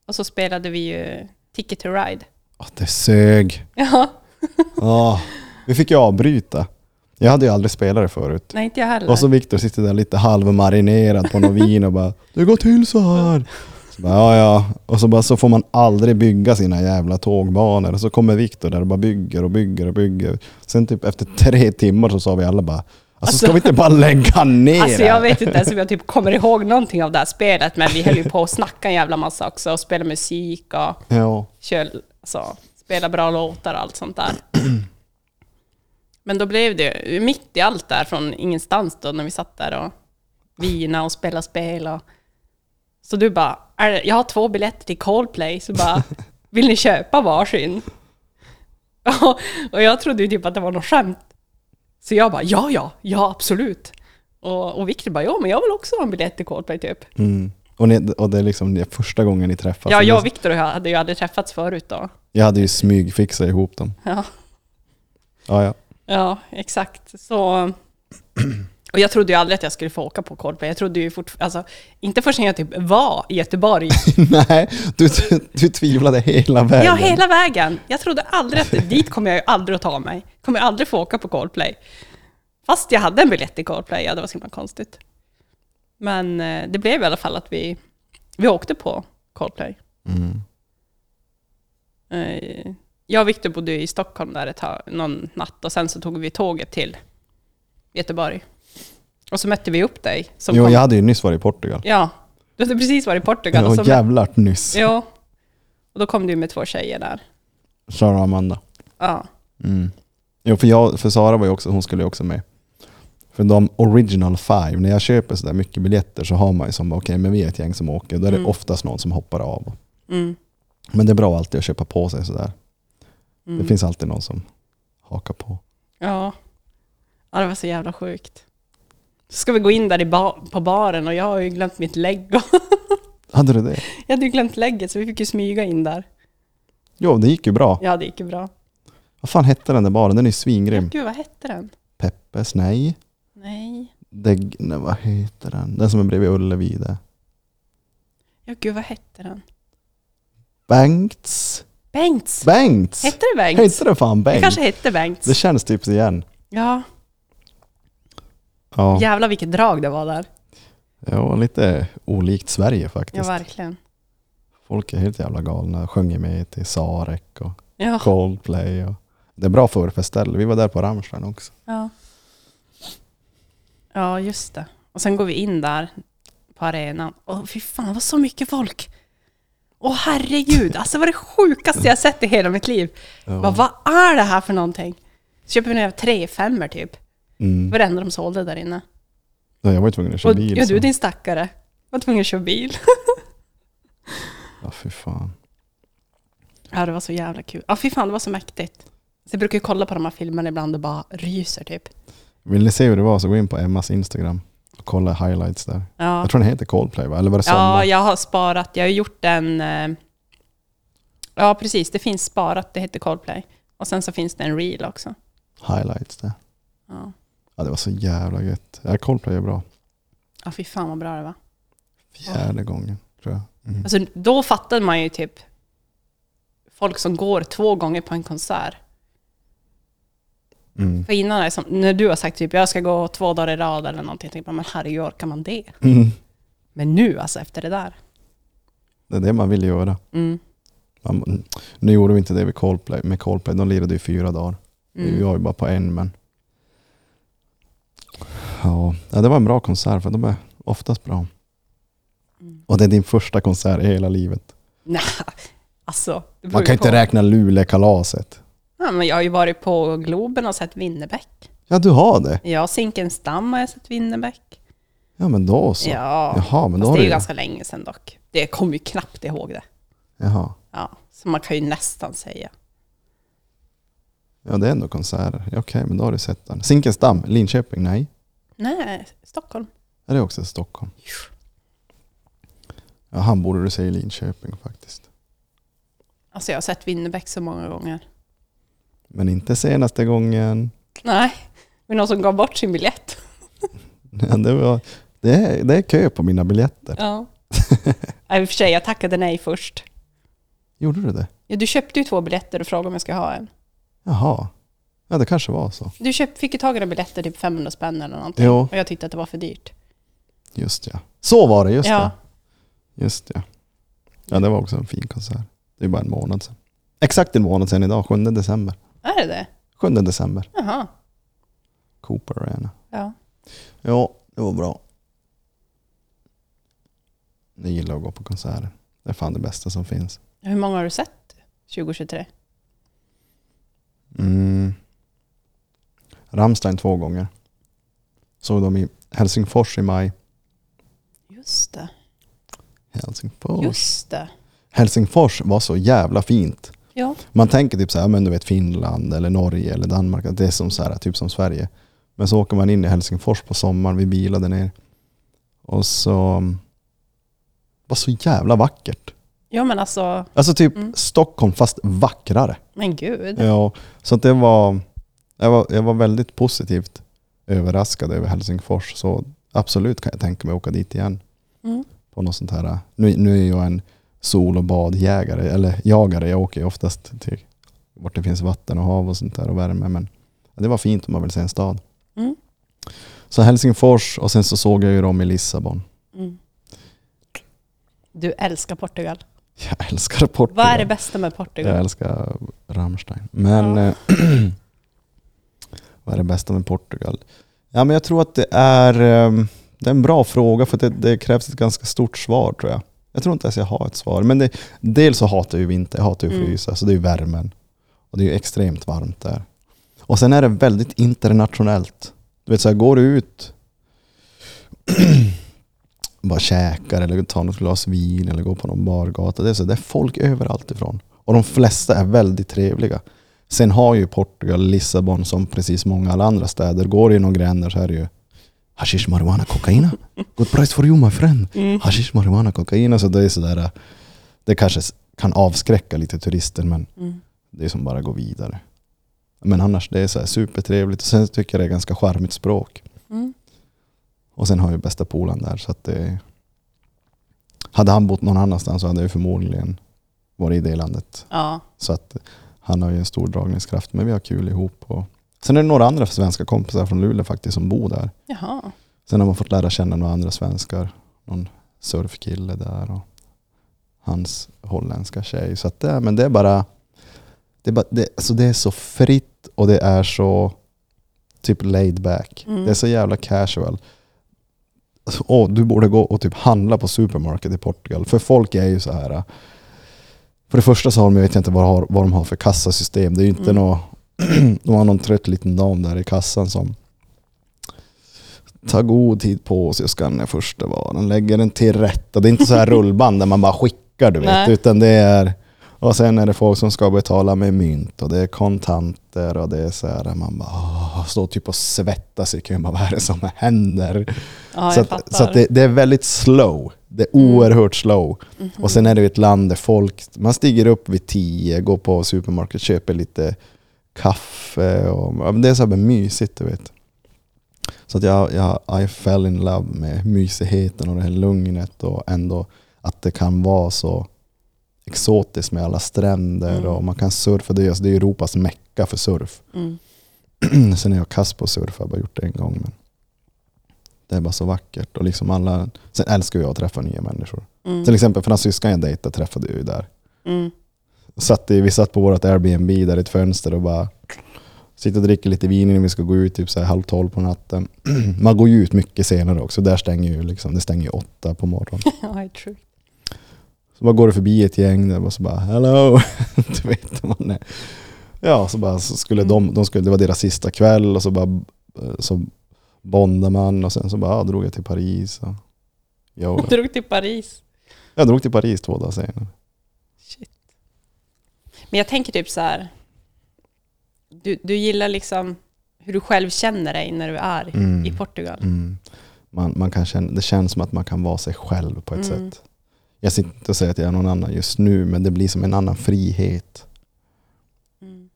Och så spelade vi ju Ticket to Ride.
Åh, det sög!
Ja,
Åh, vi fick ju avbryta. Jag hade ju aldrig spelat det förut.
nej inte jag heller.
Och så Victor sitter där lite halvmarinerad på något vin och bara ”Det går till så här”. Så bara, ja, ja. Och så, bara, så får man aldrig bygga sina jävla tågbanor. Och så kommer Victor där och bara bygger och bygger och bygger. Sen typ efter tre timmar så sa vi alla bara Alltså, ska vi inte bara lägga ner
Alltså
det här?"
jag vet inte ens om jag typ kommer ihåg någonting av det här spelet, men vi höll ju på att snacka en jävla massa också och spela musik och
Ja.
köl, alltså, spela bra låtar och allt sånt där. Men då blev det mitt i allt där från ingenstans då när vi satt där och vina och spela spel och... Så du bara, är det, jag har två biljetter till Coldplay, så bara, vill ni köpa varsin? Och, och jag trodde ju typ att det var något skämt. Så jag bara, ja, ja, ja, absolut. Och, och Victor bara, ja, men jag vill också ha en biljett till Coldplay typ.
Mm. Alltså, Och, ni, och det är liksom det första gången ni träffas.
ja, jag och Victor hade ju aldrig träffats förut då.
jag hade ju smygfixat ihop dem.
Ja.
Ja, ja.
Ja, exakt. Så, och jag trodde ju aldrig att jag skulle få åka på Coldplay. Jag trodde ju fortfarande, alltså, inte förrän jag typ var i Göteborg.
Nej, du, du tvivlade hela vägen.
Ja, hela vägen. Jag trodde aldrig att dit kommer jag ju aldrig att ta mig. Kommer jag aldrig få åka på Coldplay. Fast jag hade en biljett till Coldplay, ja det var så himla konstigt. Men eh, det blev i alla fall att vi, vi åkte på Coldplay.
Mm.
Eh, Jag och Victor bodde i Stockholm där ett tag, någon natt och sen så tog vi tåget till Göteborg. Och så mötte vi upp dig. Som
Jo,
kom,
jag hade ju nyss varit i Portugal.
ja, du hade precis varit i Portugal.
Ja,
och så mö-
jävlar nyss,
ja, och då kom du med två tjejer där.
Sara och Amanda.
Ja,
Mm. Jo, för, jag, för Sara var ju också, hon skulle ju också med. För de original five, när jag köper sådär mycket biljetter så har man ju som, bara, okej men vi är ett gäng som åker, då är det
Mm.
oftast någon som hoppar av.
mm,
Men det är bra alltid att köpa på sig sådär.
mm.
Det finns alltid någon som hakar på.
Ja. ja, det var så jävla sjukt. Så ska vi gå in där i ba- på baren och jag har ju glömt mitt lägg.
Hade du det?
jag hade ju glömt lägget så vi fick ju smyga in där.
Jo, det gick ju bra.
Ja, det gick ju bra.
Vad fan hette den där baren? Den är
Ja,
ju svingrym.
gud, vad hette den?
Peppes, nej.
Nej.
Deg, nej. Vad heter den? Den som är bredvid Ullevi där.
Ja, gud, vad hette den?
Bengts.
Bengts!
Bengts!
Hette det Bengts?
Hette det fan
Det
Bengt?
kanske hette Bengts.
Det känns typ igen.
Ja,
Ja,
jävlar vilket drag det var där.
ja lite olikt Sverige
Ja,
faktiskt.
verkligen.
Folk är helt jävla galna. Sjunger med till Sarek och
Ja.
Coldplay. Och... Det är bra förfestställe. Vi var där på Rammstein också.
Ja. ja, just det. Och sen går vi in där på arenan. Åh, fy fan, det var så mycket folk. Åh, herregud. Alltså, det var det sjukaste jag sett i hela mitt liv. Bara, vad är det här för någonting? Så köper vi några tre femmor typ.
Mm.
Vad det enda de sålde där inne.
Ja, Jag var ju tvungen att köra
Och,
bil.
ja,
så-
du din stackare. Jag var tvungen att köra bil.
Ja, fy fan.
Ja, det var så jävla kul. Ja, fy fan, det var så mäktigt. Så jag brukar ju kolla på de här filmerna ibland och bara ryser typ.
Vill ni se hur det var så gå in på Emmas Instagram och kolla highlights där.
Ja,
Jag tror den heter Coldplay va? Eller var det
ja
Sommar?
jag har sparat. Jag har gjort en... eh, Ja, precis. Det finns sparat. Det heter Coldplay. Och sen så finns det en reel också.
Highlights där.
Ja,
Ja, det var så jävla gött. Ja, Coldplay är bra.
ja fy fan vad bra det var.
Fjärde gången tror jag. Mm.
Alltså, då fattade man ju typ folk som går två gånger på en konsert.
Mm.
För innan, är det som, när du har sagt typ jag ska gå två dagar i rad eller någonting, jag tänkte jag, men herregud, orkar man det?
Mm.
Men nu alltså, efter det där.
Det är det man vill göra.
Mm.
Man, nu gjorde vi inte det med Coldplay, med Coldplay. de lirade i fyra dagar.
Mm.
Vi var ju bara på en men... Ja, ja, det var en bra konsert för de är oftast bra.
Mm.
Och det är din första konsert i hela livet.
Nej, alltså. det beror
Man
ju
kan ju inte
på.
räkna Luleåkalaset.
Ja, men jag har ju varit på Globen och sett Winnerbäck.
Ja, du har det.
Ja, Zinkensdamm har jag sett Winnerbäck.
Ja men då så.
Ja,
Jaha, men då
fast
har
det är
du
ju ganska länge sedan dock. Det kommer ju knappt ihåg det.
Jaha.
Ja, så man kan ju nästan säga.
Ja det är ändå konserter. Ja, Okej, men då har du sett den. Zinkensdamm, Linköping, nej.
Nej, Stockholm.
Är det också Stockholm? Ja, han borde du säga i Linköping faktiskt.
Alltså jag har sett Winnerbäck så många gånger.
Men inte senaste gången.
Nej, men någon som gav bort sin biljett.
Ja, Det, var, det, är, det är kö på mina biljetter.
Ja. I och för sig, jag tackade nej först.
Gjorde du det?
Ja, du köpte ju två biljetter och frågade om jag ska ha en.
Jaha. Ja, det kanske var så.
Du köpt, fick ju tag i några biljetter, typ 500 spänn eller någonting.
Jo,
Och jag tyckte att det var för dyrt.
just ja. Så var det, just
ja.
det. Just ja. Ja, det var också en fin konsert. Det är bara en månad sedan. Exakt en månad sedan idag, 7 december.
Är det det?
7 december,
Jaha.
Cooper Arena.
Ja.
Ja, det var bra. Jag gillar att gå på konserter. Det är fan det bästa som finns.
Hur många har du sett 2023?
Mm. Rammstein två gånger. Såg dem i Helsingfors i maj.
Just det.
Helsingfors.
Just det.
Helsingfors var så jävla fint.
Ja.
Man tänker typ så här, men du vet Finland eller Norge eller Danmark, att det är som så här, typ som Sverige. Men så åker man in i Helsingfors på sommaren, vi bilade ner. Och så mm, var så jävla vackert.
Ja men alltså,
Alltså typ
Mm.
Stockholm fast vackrare.
men gud.
Ja, så att det var jag, var... jag var väldigt positivt överraskad över Helsingfors. Så absolut kan jag tänka mig att åka dit igen.
Mm.
På något sånt här. Nu, nu är jag en sol och badjägare, eller jagare. Jag åker ju oftast till vart det finns vatten och hav och sånt där och värme. Men det var fint om man vill se en stad.
Mm.
Så Helsingfors och sen så såg jag ju dem i Lissabon.
Mm. Du älskar Portugal.
Jag älskar Portugal.
Vad är det bästa med
Jag
Portugal?
älskar Rammstein. Men
Ja.
eh, vad är det bästa med Portugal? Ja, men jag tror att det är, eh, det är en bra fråga för att det, det krävs ett ganska stort svar tror jag. Jag tror inte ens jag har ett svar. Men det, dels så hatar jag ju vinter, jag hatar ju att
Mm.
frysa, så det är ju värmen. Och det är ju extremt varmt där. Och sen är det väldigt internationellt. Du vet, så här, går du ut bara käkar eller tar något glas vin eller går på någon bargata. Det är, så, det är folk överallt ifrån. Och de flesta är väldigt trevliga. Sen har ju Portugal, Lissabon som precis många alla andra städer, går du i någon gränder så är det ju hashish, marijuana, kokaina. Good price for you my friend.
Mm.
Hashish, marijuana, kokaina. Så det är sådär, äh, det kanske s- kan avskräcka lite turister men
Mm.
det är som bara går vidare. Men annars det är så här supertrevligt och sen tycker jag det är ganska charmigt språk.
Mm.
Och sen har jag ju bästa polaren där så att det... Hade han bott någon annanstans så hade jag ju förmodligen varit i det landet.
Ja.
Så att han har ju en stor dragningskraft men vi har kul ihop. Och... Sen är det några andra svenska kompisar från Luleå faktiskt som bor där.
Jaha.
Sen har man fått lära känna några andra svenskar. Någon surfkille där och hans holländska tjej. Så att det, men det är bara... Det är, bara det, alltså det är så fritt och det är så typ laid back.
Mm.
Det är så jävla casual. Alltså, åh, du borde gå och typ handla på supermarket i Portugal. För folk är ju så här... äh, För det första så har de, jag vet inte vad, de har- vad de har för kassasystem. Det är ju inte
Mm.
nå de har någon trött liten dam där i kassan som tar god tid på sig och skannar första varan, lägger den till rätta. Det är inte så här rullband där man bara skickar du vet,
Nej.
utan det är... Och sen är det folk som ska betala med mynt och det är kontanter och det är så här, man bara åh, står typ och svettas i kön. Bara, Vad är det som händer?
Ja,
så
jag
att, så
fattar.
att det, det är väldigt slow. Det är oerhört slow.
Mm-hmm.
Och sen är det ju ett land där folk, man stiger upp vid tio, går på supermarket, köper lite kaffe och ja, men det är så här mysigt du vet. Så att jag, jag I fell in love med mysigheten och det här lugnet och ändå att det kan vara så exotiskt med alla stränder
Mm.
och man kan surfa. Det är, alltså, det är Europas mecka för surf.
Mm.
Sen är jag kass på att surfa, jag har bara gjort det en gång. Men det är bara så vackert. Och liksom alla, sen älskar jag att träffa nya människor.
Mm.
Till exempel fransyskan jag dejtade träffade jag ju där.
Mm.
Satt i, vi satt på vårt Airbnb där i ett fönster och bara sitter och dricker lite vin innan vi ska gå ut, typ så här halv tolv på natten. Man går ju ut mycket senare också, där stänger ju liksom, det stänger ju åtta på morgonen.
Ja, det är true.
Så bara går du förbi ett gäng där och så bara hello. du vet man är.
Mm.
Ja, så bara så skulle de, de skulle, det var deras sista kväll och så bara eh, så bondade man och sen så bara, ja, drog jag till Paris. Och jag,
Drog till Paris.
jag drog till Paris två dagar senare.
Shit. Men jag tänker typ så här. Du, du gillar liksom hur du själv känner dig när du är i-
Mm.
i Portugal.
Mm. Man, man kan känna, det känns som att man kan vara sig själv på ett
Mm.
sätt. Jag sitter inte och säger att jag är någon annan just nu, men det blir som en annan frihet.
Mm.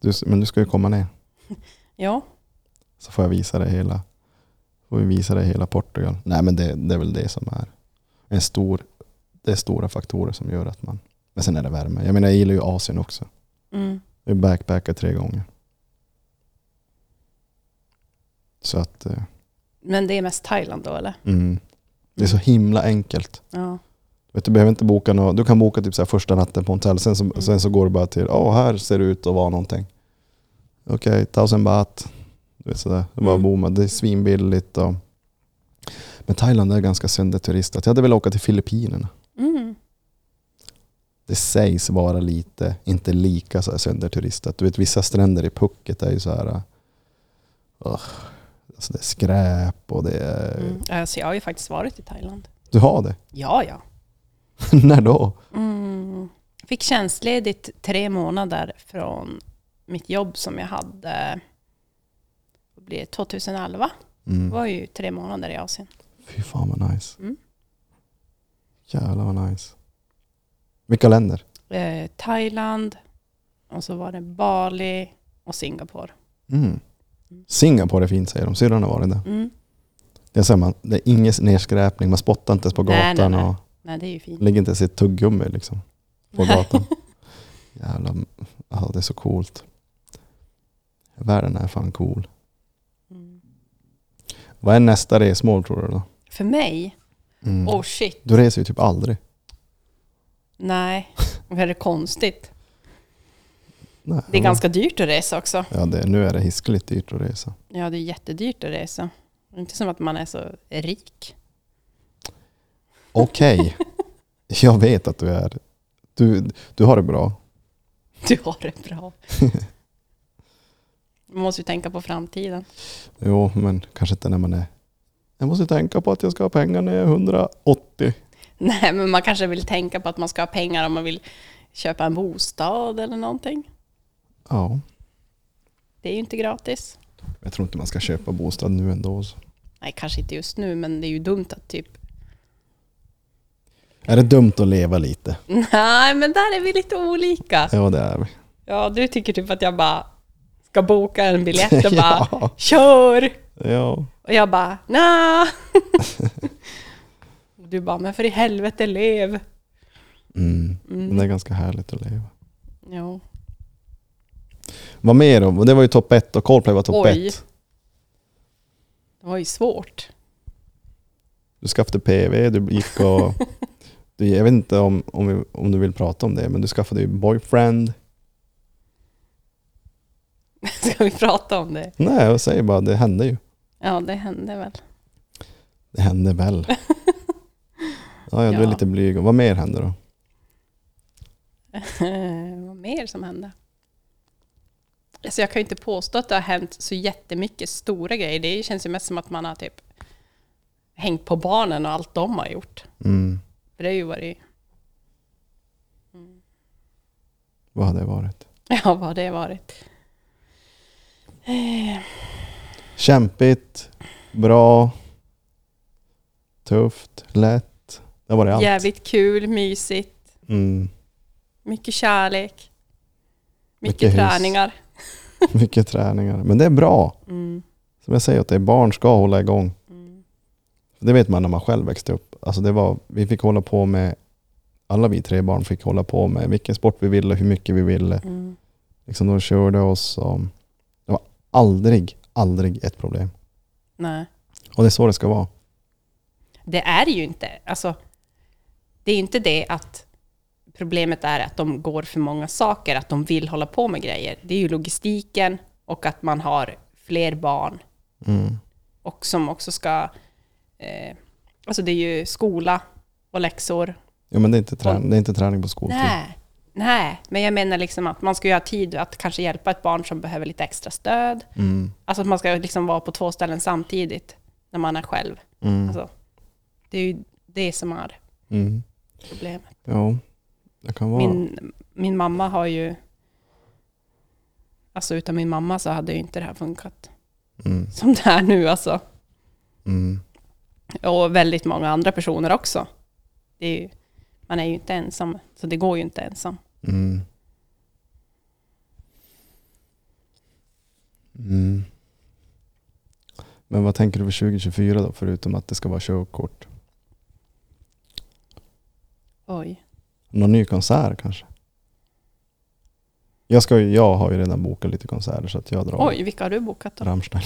Du, men du ska ju komma ner,
Ja.
så får jag visa dig hela, får vi visa dig hela Portugal. Nej, men det, det är väl det som är en stor, det är stora faktorer som gör att man... Men sen är det värme. Jag menar, jag gillar ju Asien också.
Mm.
Jag backpackar tre gånger. Så att, eh,
Men det är mest Thailand då eller?
mm, det är så himla enkelt.
Ja.
Vet, du behöver inte boka något. Du kan boka typ så här första natten på hotell, sen
Mm.
så, sen så går du bara till, åh här ser det ut att vara någonting. Okej, tusen baht. Du vet sådär, det bara
Mm.
boomar. Det är svinbilligt. Och... Men Thailand är ganska sönderturistat. Jag hade velat åka till Filippinerna.
Mm.
Det sägs vara lite, inte lika så här sönderturistat. Du vet vissa stränder i Phuket är ju så här, "Ugh." alltså det är skräp och det är...
Mm. Alltså jag har ju faktiskt varit i Thailand.
Du har det?
Ja, ja.
När då?
Mm. Fick tjänstledigt tre månader från mitt jobb som jag hade vad blir det, 2011. Det
Mm.
var ju tre månader i Asien.
Fy fan vad nice.
Mm.
Jävlar vad nice. Vilka länder?
Eh, Thailand och så var det Bali och Singapore.
Mm. Singapore är fint säger de. Syrran har varit där.
Mm.
Det, säger man, det är ingen nedskräpning, man spottar inte ens på
Nej,
gatan
nej, nej.
och
Nej, det är ju fint.
lägger inte ens ett tuggummi liksom, på gatan. Jävlar, ja, det är så coolt. Världen är fan cool.
Mm.
Vad är nästa resmål tror du då?
För mig,
Mm.
oh shit,
Du reser ju typ aldrig.
nej, det är konstigt.
Nej,
Det är
ja.
ganska dyrt att resa också.
Ja, det, nu är det hiskligt dyrt att resa.
Ja, det är jättedyrt att resa. Det är inte som att man är så rik.
Okej, jag vet att du är... Du, du har det bra.
Du har det bra. Man måste ju tänka på framtiden.
Jo, men kanske inte när man är... Jag måste tänka på att jag ska ha pengar när jag är 180.
Nej, men man kanske vill tänka på att man ska ha pengar om man vill köpa en bostad eller någonting.
Ja,
Det är ju inte gratis.
jag tror inte man ska köpa bostad nu ändå. Så.
Nej, kanske inte just nu, men det är ju dumt att typ...
Är det dumt att leva lite?
Nej, men där är vi lite olika.
Ja, det är vi.
Ja, du tycker typ att jag bara ska boka en biljett och bara
Ja.
kör!
Ja.
Och jag bara nja. Och Du bara, men för i helvete lev!
Mm. Men det är ganska härligt att leva.
Jo.
Vad mer då? Det var ju topp ett och Coldplay var topp
Oj.
ett.
Det var ju svårt.
Du skaffade PV, du gick och... du, jag vet inte om, om, vi, om du vill prata om det, men du skaffade ju boyfriend.
Ska vi prata om det?
Nej, jag säger bara, det hände ju.
Ja, det hände väl.
Det hände väl. Ja, ja, du är
Ja.
lite blyg. Vad mer hände då?
Vad mer som hände? Alltså jag kan ju inte påstå att det har hänt så jättemycket stora grejer. Det känns ju mest som att man har typ hängt på barnen och allt de har gjort.
Mm.
För det har ju varit,
Vad har det varit?
ja vad har det varit? Eh,
Kämpigt, bra, tufft, lätt. Det har varit allt.
jävligt kul, mysigt.
Mm.
Mycket kärlek. Mycket,
Mycket hus.
träningar.
Mycket träningar. Men det är bra.
Mm.
Som jag säger åt dig, barn ska hålla igång. Det vet man när man själv växte upp. Alltså det var, vi fick hålla på med, alla vi tre barn fick hålla på med vilken sport vi ville, hur mycket vi ville.
Mm.
Liksom de körde oss. Och, det var aldrig, aldrig ett problem.
Nej.
Och det är så det ska vara.
Det är ju inte, alltså, det är inte det att problemet är att de går för många saker, att de vill hålla på med grejer. Det är ju logistiken och att man har fler barn
Mm.
och som också ska, eh, alltså det är ju skola och läxor.
Ja, men det är inte träning, det är inte träning på skoltid.
Nej, Nej, men jag menar liksom att man ska ju ha tid att kanske hjälpa ett barn som behöver lite extra stöd.
Mm.
Alltså att man ska liksom vara på två ställen samtidigt när man är själv.
Mm.
Alltså, det är ju det som är
Mm.
problemet.
Ja, jag kan vara...
Min, min mamma har ju... Alltså utan min mamma så hade ju inte det här funkat
Mm.
som det är nu alltså.
Mm.
Och väldigt många andra personer också. Det är ju, man är ju inte ensam, så det går ju inte ensam.
Mm. Mm. Men vad tänker du för 2024 då, förutom att det ska vara körkort?
Oj.
Någon ny konsert kanske? Jag, ska ju, jag har ju redan bokat lite konserter så att jag drar
Oj, vilka har du bokat då?
Rammstein.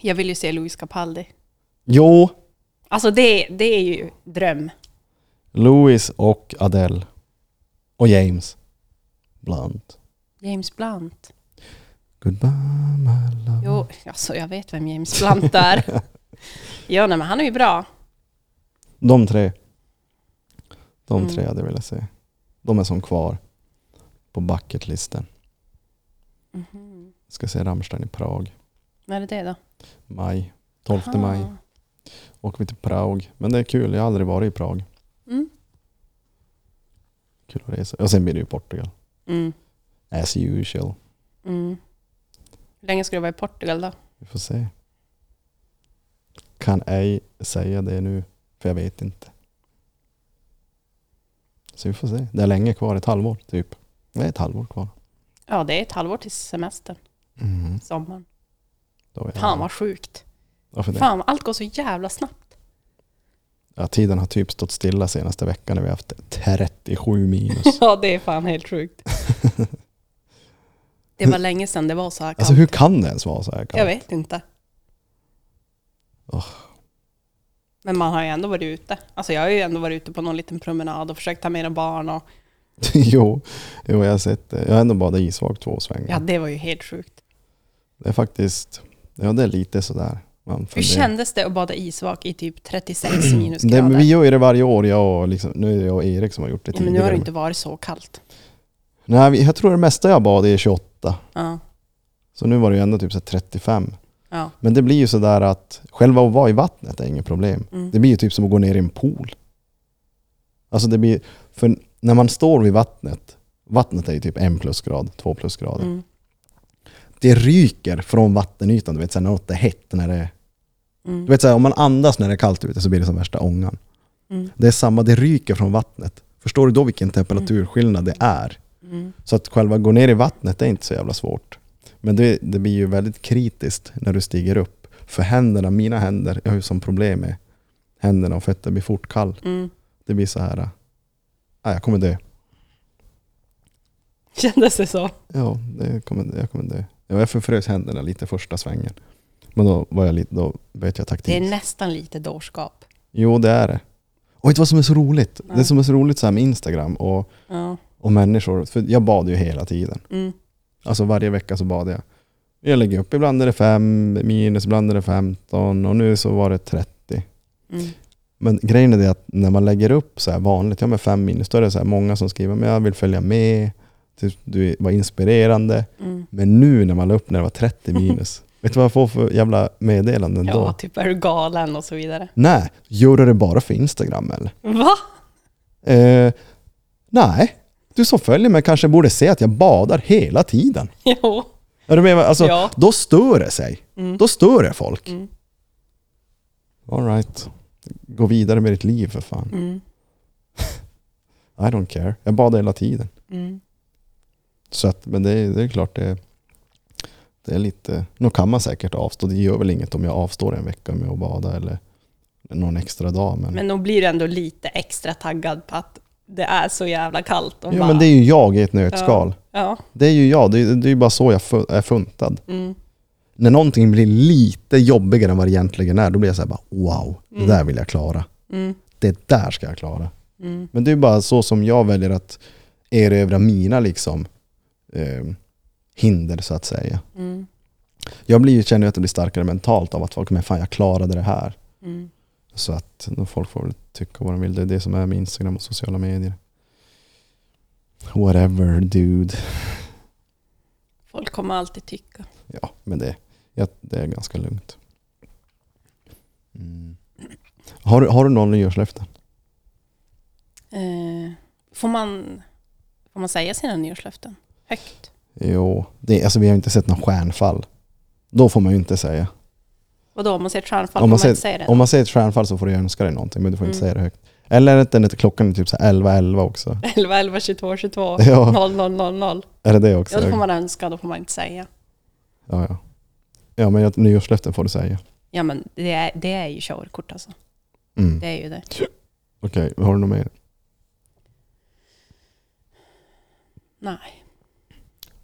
Jag vill ju se Louis Capaldi.
Jo,
Alltså det, det är ju dröm.
Louis och Adele. Och James. Blunt.
James Blunt.
Goodbye my love.
Jo, alltså jag vet vem James Blunt är. ja, nej, men han är ju bra.
De tre. De
Mm.
tre hade jag velat se. De är som kvar på bucketlisten.
Mhm.
Ska se Rammstein i Prag.
När är det då?
Maj. 12
Aha.
maj åker vi till Prag. Men det är kul, jag har aldrig varit i Prag.
Mm.
Kul att resa. Och sen blir det ju Portugal.
Mm.
As usual.
Mm. Hur länge ska du vara i Portugal då?
Vi får se. Kan ej säga det nu, för jag vet inte. Så vi får se. Det är länge kvar, ett halvår typ. Det är ett halvår kvar.
Ja, det är ett halvår till semestern, Mm. sommaren.
Då är jag-
Fan vad sjukt.
Varför det?
Fan, allt går så jävla snabbt.
Ja, tiden har typ stått stilla senaste veckan när vi har haft 37 minus.
Ja, det är fan helt sjukt. Det var länge sedan det var så här kallt.
Alltså hur kan det ens vara så här kallt?
Jag vet inte.
Åh.
Men man har ju ändå varit ute. Alltså jag har ju ändå varit ute på någon liten promenad och försökt ta med några barn och
jo, jo, jag har sett det. Jag har ändå badat isvak två svängar.
ja, det var ju helt sjukt.
Det är faktiskt, ja det är lite sådär. Man
Hur
funderar.
kändes det att bada isvak i typ 36
det,
minusgrader?
Mm. men vi gör ju det varje år, jag och, liksom, nu är det jag och Erik som har gjort det
ja, men
tidigare.
nu har det inte varit så kallt.
Nej, vi- jag tror det mesta jag bad är 28.
Ja,
Så nu var det ju ändå typ så här 35.
ja.
Men det blir ju sådär att själva att vara i vattnet är inget problem.
Mm.
Det blir ju typ som att gå ner i en pool. Alltså det blir, för när man står vid vattnet, vattnet är ju typ en plusgrad, två plusgrader.
Mm.
Det ryker från vattenytan, du vet såhär när något är hett, när det är...
Mm.
Du vet såhär, om man andas när det är kallt ute så blir det som värsta ångan.
Mm.
Det är samma, det ryker från vattnet. Förstår du då vilken temperaturskillnad det är?
Mm.
Så att själva gå ner i vattnet är inte så jävla svårt. Men det, det blir ju väldigt kritiskt när du stiger upp. För händerna, mina händer, jag har ju som problem med händerna och fötterna blir fort kall.
Mm.
Det blir så här, äh, ah, jag kommer dö.
Kändes det så?
Ja, det kommer, jag kommer dö. Ja, jag förfrös händerna lite första svängen. Men då var jag lite, då vet jag taktik.
Det är nästan lite dårskap.
Jo, det är det. Och vet du vad som är så roligt?
Nej.
Det som är så roligt så här med Instagram och,
Ja.
och människor, för jag bad ju hela tiden.
Mm.
Alltså varje vecka så bad jag. Jag lägger upp, ibland är det 5 minus, ibland är det 15 och nu så var det 30.
Mm.
Men grejen är det att när man lägger upp så här vanligt, ja men 5 minus, då är det så här många som skriver men jag vill följa med, typ, du var inspirerande.
Mm.
Men nu när man la upp när det var 30 minus, vet du vad jag får för jävla meddelanden
Ja,
då?
typ är du galen och så vidare.
Nej, gör du det bara för Instagram eller?
Va?
Eh, nej, du som följer mig kanske borde se att jag badar hela tiden.
Jo.
Är du med? Alltså,
Ja.
Då stör det sig. Då stör det folk.
Mm.
All right. Gå vidare med ditt liv för fan.
Mm.
I don't care. Jag badar hela tiden.
Mm.
Så att, men det är, det är klart det, det är lite... Nu kan man säkert avstå. Det gör väl inget om jag avstår en vecka med att bada eller någon extra dag. Men,
Men då blir du ändå lite extra taggad på att det är så jävla kallt. Och
ja,
bara,
men det är ju jag i ett nötskal.
ja.
Det är ju jag. Det är, det är ju bara så jag fu- är funtad.
Mm.
När någonting blir lite jobbigare än vad det egentligen är, då blir jag så här bara wow, det där vill jag klara.
Mm.
Det där ska jag klara.
Mm.
Men det är bara så som jag väljer att erövra mina liksom, eh, hinder så att säga.
Mm.
Jag blir, ju- känner ju att det blir starkare mentalt av att folk, men fan jag klarade det här.
Mm.
Så att då folk får väl tycka vad de vill. Det är det som är med Instagram och sociala medier. Whatever dude.
Folk kommer alltid tycka.
Ja, men det, ja, det är ganska lugnt. Mm. Har, du- har du någon i nyårslöften?
Eh, får, man, får man säga sina nyårslöften högt?
Jo, det, alltså vi har inte sett några stjärnfall. Då får man ju inte säga.
Vadå, om man säger stjärnfall, får
Om man
man
säger-
inte säga det?
Om man säger ett stjärnfall så får du önska dig någonting, men du får inte
Mm.
säga det högt. Eller att den är klockan är typ så här 11, 11 också.
11, 11, 22, 22,
Ja.
0, 0, 0, 0.
Är det det också?
Ja, då får man önska, då får man inte säga.
ja, ja. ja, men jag- nyårslöften får du säga.
Ja, men det är, det är ju körkort alltså.
Mm.
Det är ju det.
Okej, har du något mer?
Nej.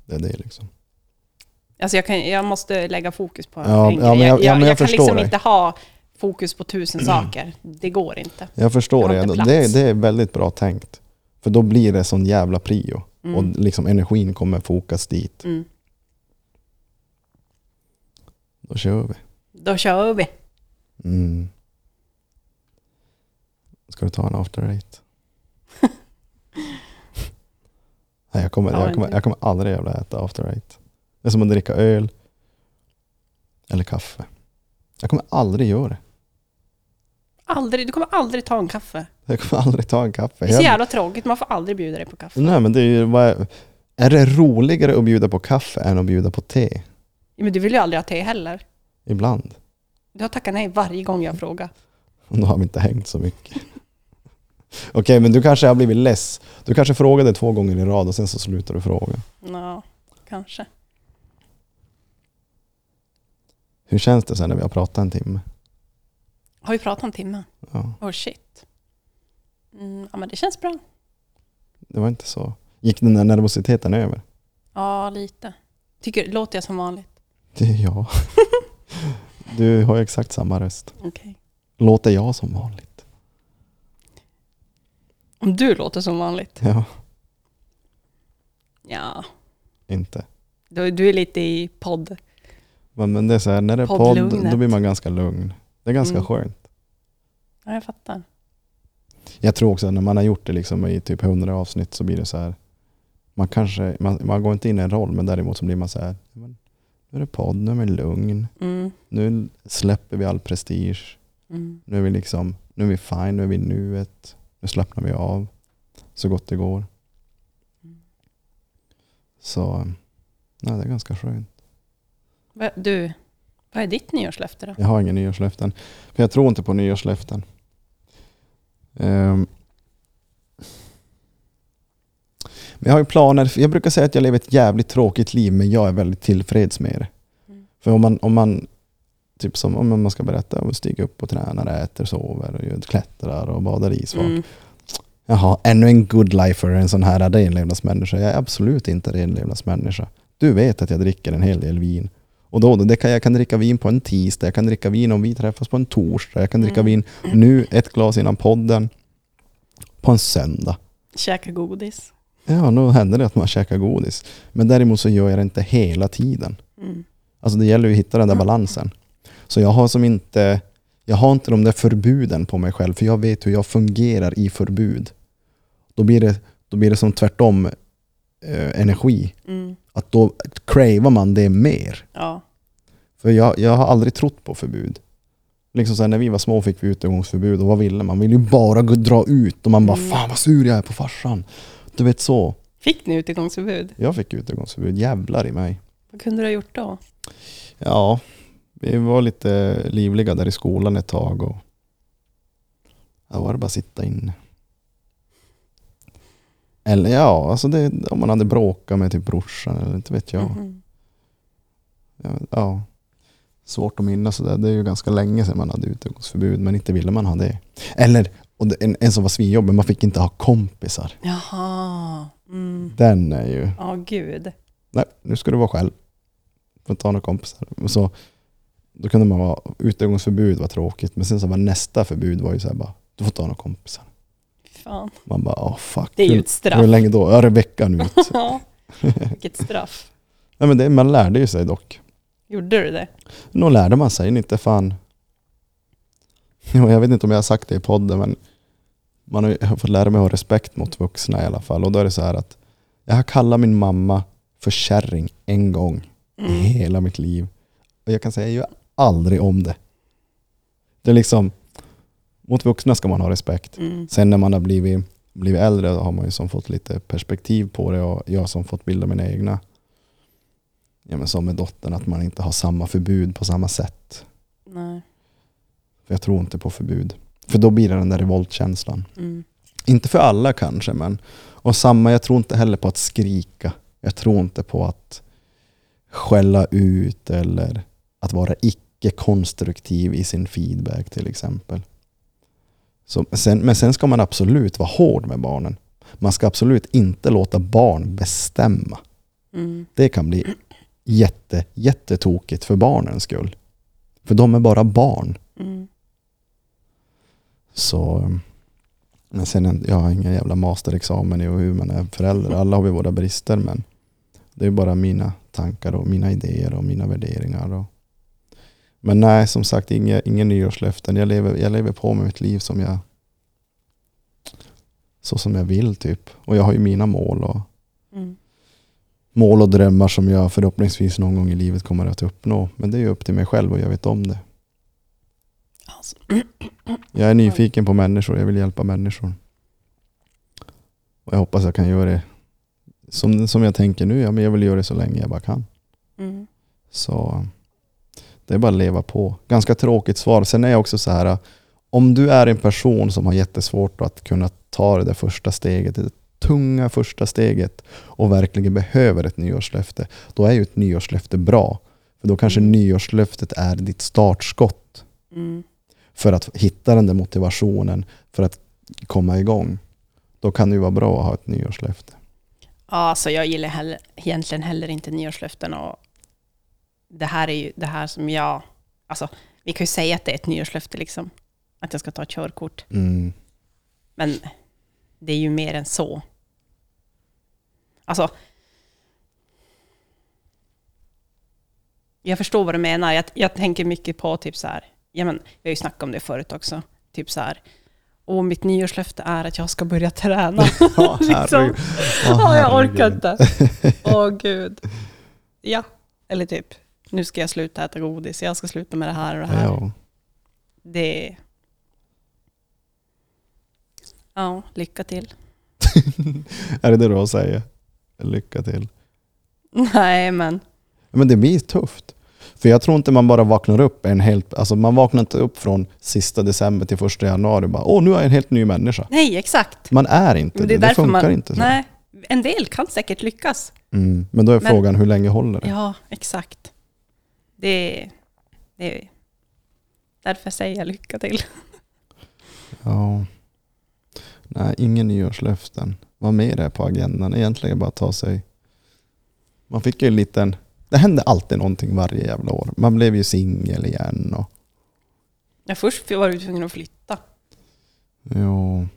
Det är det liksom.
Alltså jag, kan, jag måste lägga fokus på
Ja,
en
ja,
grej.
men jag- ja, men jag
kan
förstår
liksom
Mm. dig.
inte ha fokus på tusen saker. Det går inte.
Jag
Jag
förstår
har
det.
inte
Det,
plats.
det är väldigt bra tänkt. För då blir det sån jävla prio.
Mm.
Och liksom energin kommer fokas dit.
Mm.
Då kör vi.
Då kör vi.
Mm. Ska du ta en after eight? Nej, jag kommer,
Ja,
jag,
men
kommer,
du-
jag kommer aldrig jävla äta after eight. Det är som att dricka öl eller kaffe. Jag kommer aldrig göra det.
Aldrig, du kommer aldrig ta en kaffe.
Jag kommer aldrig ta en kaffe.
Det är så
Jag-
jävla tråkigt, man får aldrig bjuda dig på kaffe.
Nej, men det är ju... Vad är, är det roligare att bjuda på kaffe än att bjuda på te?
Ja, Men du vill ju aldrig ha te heller.
Ibland.
Du har tackat nej varje gång jag frågar.
Och Då har vi inte hängt så mycket. Okej, men du kanske har blivit less. Du kanske frågade två gånger i rad och sen så slutar du fråga.
Mm. Ja, kanske.
Hur känns det sen när vi har pratat en timme?
Har vi pratat en timme?
Ja,
Oh shit. Mm, ja men det känns bra.
det var inte så. Gick den där nervositeten över?
Ja, lite. Tycker, låter jag som vanligt?
Det är jag. Du har ju exakt samma röst.
Okej.
Låter jag som vanligt?
Om du låter som vanligt?
Ja,
Ja.
inte.
Du, du är lite i podd.
Men, men det är så här, när det är podd,
Poddlugnet.
då blir man ganska lugn. Det är ganska
Mm.
skönt.
Ja, jag fattar.
Jag tror också att när man har gjort det liksom i typ 100 avsnitt så blir det så här. Man kanske, man, man går inte in i en roll men däremot så blir man så här. "Men Nu är det podd, nu är vi lugn.
Mm.
Nu släpper vi all prestige.
Mm.
Nu är vi liksom, nu är vi fine, nu är vi i nuet. Nu slappnar vi av så gott det går. Så, nej det är ganska skönt.
Va- Du, vad är ditt nyårslöfte då?
Jag har inga nyårslöften. För jag tror inte på nyårslöften. Ehm. Men jag har ju planer. Jag brukar säga att jag lever ett jävligt tråkigt liv, men jag är väldigt tillfreds med det.
Mm.
För om man, om man typ som om man ska berätta, om man stiger upp och tränar, äter, sover, och gör- klättrar och badar i isvak.
Mm.
Jaha, ännu en good lifer, en sån här renlevnadsmänniska. Jag är absolut inte renlevnadsmänniska. Du vet att jag dricker en hel del vin. Och då, och då det kan, jag kan dricka vin på en tisdag, jag kan dricka vin om vi träffas på en torsdag, jag kan dricka
Mm.
vin nu, ett glas innan podden, på en söndag.
Käka godis.
Ja, nu händer det att man käkar godis. Men däremot så gör jag det inte hela tiden.
Mm.
Alltså det gäller ju att hitta den där balansen. Så jag har som inte, jag har inte de där förbuden på mig själv, för jag vet hur jag fungerar i förbud. Då blir det, då blir det som tvärtom eh, energi,
Mm.
att då cravar man det mer.
Ja.
För jag, jag har aldrig trott på förbud. Liksom så här, när vi var små fick vi utegångsförbud och vad ville man? Man ville ju bara gå- dra ut och man bara
Mm.
fan vad sur jag är på farsan. Du vet så.
Fick ni utegångsförbud?
Jag fick utegångsförbud, jävlar i mig.
Vad kunde du ha gjort då?
Ja, vi var lite livliga där i skolan ett tag och då var det bara att sitta inne. Eller ja, alltså det, om man hade bråkat med typ brorsan eller inte vet jag.
Mhm.
Ja, ja. Svårt att minnas sådär. Det är ju ganska länge sedan man hade utegångsförbud, men inte ville man ha det. Eller, och det, en, en som var svinjobbig, man fick inte ha kompisar.
Jaha. Mm.
Den är ju...
Ja, gud.
nej, nu ska du vara själv. Får inte ha några kompisar. Och så, då kunde man vara, utegångsförbud var tråkigt, men sen så var nästa förbud var ju så här bara, du får inte ha några kompisar.
Fan.
Man bara, ah fuck.
Det är ju
Hur-
ett straff.
Hur länge då? Ja, det är veckan ut.
Ja. Vilket straff.
Nej men det, man lärde ju sig dock.
Gjorde du det?
Nog lärde man sig, inte fan. Jo, jag vet inte om jag har sagt det i podden, men man har ju fått lära mig att ha respekt mot vuxna i alla fall. Och då är det så här att Jag har kallat min mamma för kärring en gång i
Mm.
hela mitt liv. Och jag kan säga, jag gör aldrig om det. Det är liksom, mot vuxna ska man ha respekt.
Mm.
Sen när man har blivit, blivit äldre har man ju som fått lite perspektiv på det och jag som fått bilda mina egna. Ja, men som med dottern, att man inte har samma förbud på samma sätt.
Nej.
För jag tror inte på förbud. För då blir det den där revoltkänslan.
Mm.
Inte för alla kanske, men och samma, jag tror inte heller på att skrika. Jag tror inte på att skälla ut eller att vara icke-konstruktiv i sin feedback till exempel. Så, sen, men sen ska man absolut vara hård med barnen. Man ska absolut inte låta barn bestämma.
Mm.
Det kan bli jätte, jättetokigt för barnens skull. För de är bara barn.
Mm.
Så, men sen, jag har ingen jävla masterexamen i hur man är förälder. Alla har vi våra brister, men det är bara mina tankar och mina idéer och mina värderingar. Och, men nej, som sagt, inga, inga nyårslöften. Jag lever, jag lever på med mitt liv som jag så som jag vill typ. Och jag har ju mina mål och
Mm.
mål och drömmar som jag förhoppningsvis någon gång i livet kommer att uppnå. Men det är ju upp till mig själv och jag vet om det.
Alltså.
Jag är nyfiken på människor, jag vill hjälpa människor. Och jag hoppas jag kan göra det som, som jag tänker nu, ja, men jag vill göra det så länge jag bara kan.
Mm.
Så det är bara att leva på. Ganska tråkigt svar. Sen är jag också så här, om du är en person som har jättesvårt att kunna ta det där första steget, det tunga första steget och verkligen behöver ett nyårslöfte, då är ju ett nyårslöfte bra. För då kanske nyårslöftet är ditt startskott
Mm.
för att hitta den där motivationen för att komma igång. Då kan det ju vara bra att ha ett nyårslöfte.
Ja, Alltså jag gillar heller, egentligen heller inte nyårslöften och det här är ju det här som jag, alltså vi kan ju säga att det är ett nyårslöfte liksom, att jag ska ta körkort,
Mm.
men det är ju mer än så. Alltså, jag förstår vad du menar, jag, jag tänker mycket på typ så här, ja men vi har ju snackat om det förut också, typ så här, åh mitt nyårslöfte är att jag ska börja träna.
Ja,
liksom. Ja, jag orkar inte. Åh gud. Ja, eller typ, nu ska jag sluta äta godis, jag ska sluta med det här och det här.
Ja,
Det... Ja, lycka till.
är det det du har att säga? Lycka till.
Nej, men
Men det blir tufft. För jag tror inte man bara vaknar upp en helt... Alltså man vaknar inte upp från sista december till första januari och bara åh, nu är jag en helt ny människa.
nej, exakt.
Man är inte
Men
det. Det,
därför
funkar inte så.
Nej, en del kan säkert lyckas.
Mm. Men då är
Men-
frågan, hur länge håller det?
Ja, exakt. Det... det därför säger jag lycka till.
Ja. Nej, ingen nyårslöften. Vad mer är på agendan? Egentligen bara ta sig... Man fick ju en liten... Det hände alltid någonting varje jävla år. Man blev ju singel igen och...
Ja, först var du tvungen att flytta.
Jo.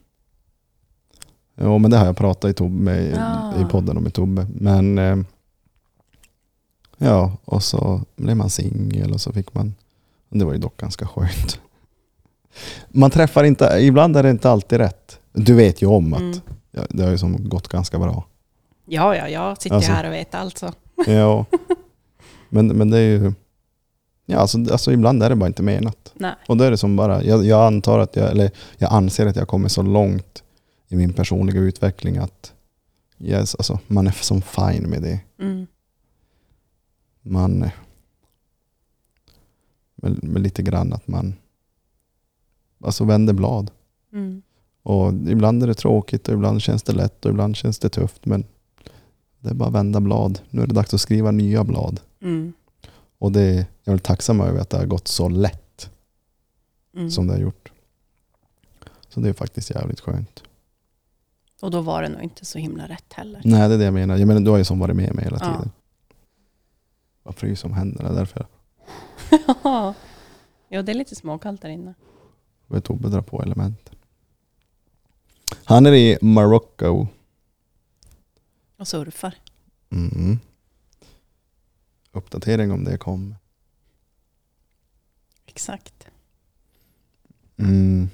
Jo, men det har jag pratat i, Tobbe, med,
Ja.
i podden om i Tobbe. Men... Eh, ja, och så blev man singel och så fick man... Det var ju dock ganska skönt. Man träffar inte... Ibland är det inte alltid rätt. Du vet ju om att
Mm.
Ja, det har ju som gått ganska bra.
Ja, ja, jag sitter ju
Alltså.
här och vet alltså.
Ja. Men, men det är ju... Ja, alltså, alltså ibland är det bara inte menat.
Nej.
Och då är det som bara... Jag, jag antar att jag... Eller jag anser att jag kommer så långt i min personliga utveckling att... Yes, alltså, man är som fine med det.
Mm.
Man... Men, men lite grann att man... Alltså vänder blad.
Mm.
Och ibland är det tråkigt och ibland känns det lätt och ibland känns det tufft. Men det är bara att vända blad. Nu är det dags att skriva nya blad.
Mm.
Och det är jag är tacksam över att det har gått så lätt
Mm.
som det har gjort. Så det är faktiskt jävligt skönt.
Och då var det nog inte så himla rätt heller.
Nej, det är det jag menar. Jag menar, du har ju som varit med mig hela
Ja.
tiden. Varför är det som händer? Det är därför jag
ja, det är lite småkallt där inne.
börjar Tobbe dra på elementen. Han är i Marocko.
Och surfar.
Mm. Uppdatering om det kommer.
Exakt.
Mm.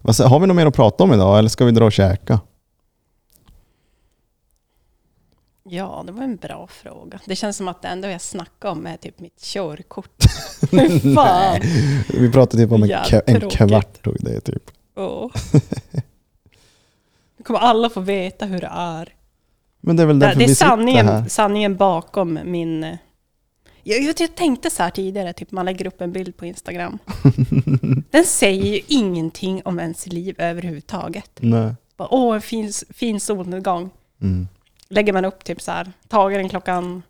Vad sä- Har vi något mer att prata om idag eller ska vi dra och käka?
Ja, det var en bra fråga. Det känns som att det enda jag snackar om är typ mitt körkort. Fan.
Vi pratade typ om en,
Jävligt
k- en
tråkigt.
kvart tog det typ.
Åh. Nu kommer alla få veta hur det är.
Men det är väl
Det,
därför
det är
vi sitter här.
sanningen, sanningen bakom min... eh, Jag, jag, jag tänkte så här tidigare, typ man lägger upp en bild på Instagram. Den säger ju ingenting om ens liv överhuvudtaget.
Nej.
Bara, Åh, en fin, fin solnedgång.
Mm. lägger
lägger man upp typ så här, tager den klockan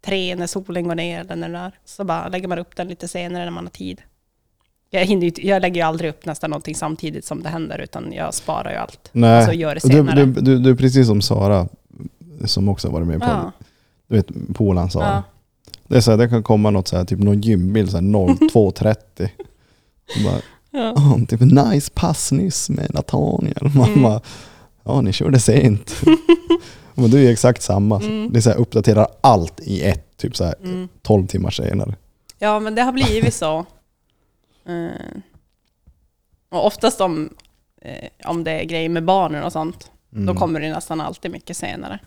tre när solen går ner eller när det är, så bara lägger man upp den lite senare när man har tid. Jag, hinner, ju inte- jag lägger ju aldrig upp nästan någonting samtidigt som det händer, utan jag sparar ju allt.
Nej.
Så gör Alltså, det
du,
senare.
du, du, du är precis som Sara, som också har varit med på
ja,
Du vet, polaren Sara.
ja.
Det, är så här, det kan komma något så här, typ någon gymbild, så här 02.30. Och bara,
Ja.
"Ah, typ nice pass nyss med Nathaniel. Man
Mm.
bara, ja ni körde sent. Men du är ju exakt samma.
Mm.
Det är så här, uppdaterar allt i ett, typ så här,
Mm.
12 timmar senare.
ja, men det har blivit så. Eh, och oftast om, eh, om det är grejer med barnen och sånt,
Mm.
Då kommer det nästan alltid mycket senare.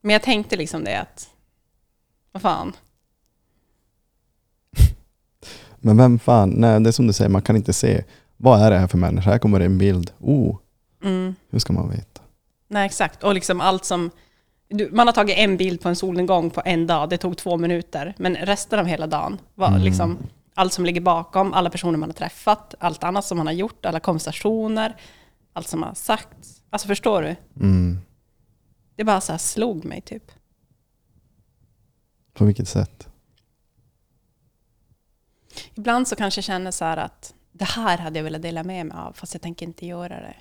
Men jag tänkte liksom det att, vad fan,
Men vem fan, nej det är som du säger, man kan inte se. Vad är det här för människa? Här kommer det en bild. Oh,
mm.
hur ska man veta?
nej exakt. Och liksom allt som, du, man har tagit en bild på en solnedgång på en dag, det tog två minuter. Men resten av hela dagen var
Mm.
liksom allt som ligger bakom, alla personer man har träffat, allt annat som man har gjort, alla konversationer, allt som har sagts. Alltså förstår du?
Mm.
Det bara så här slog mig typ.
På vilket sätt?
Ibland så kanske jag känner så här att det här hade jag velat dela med mig av, fast jag tänker inte göra det.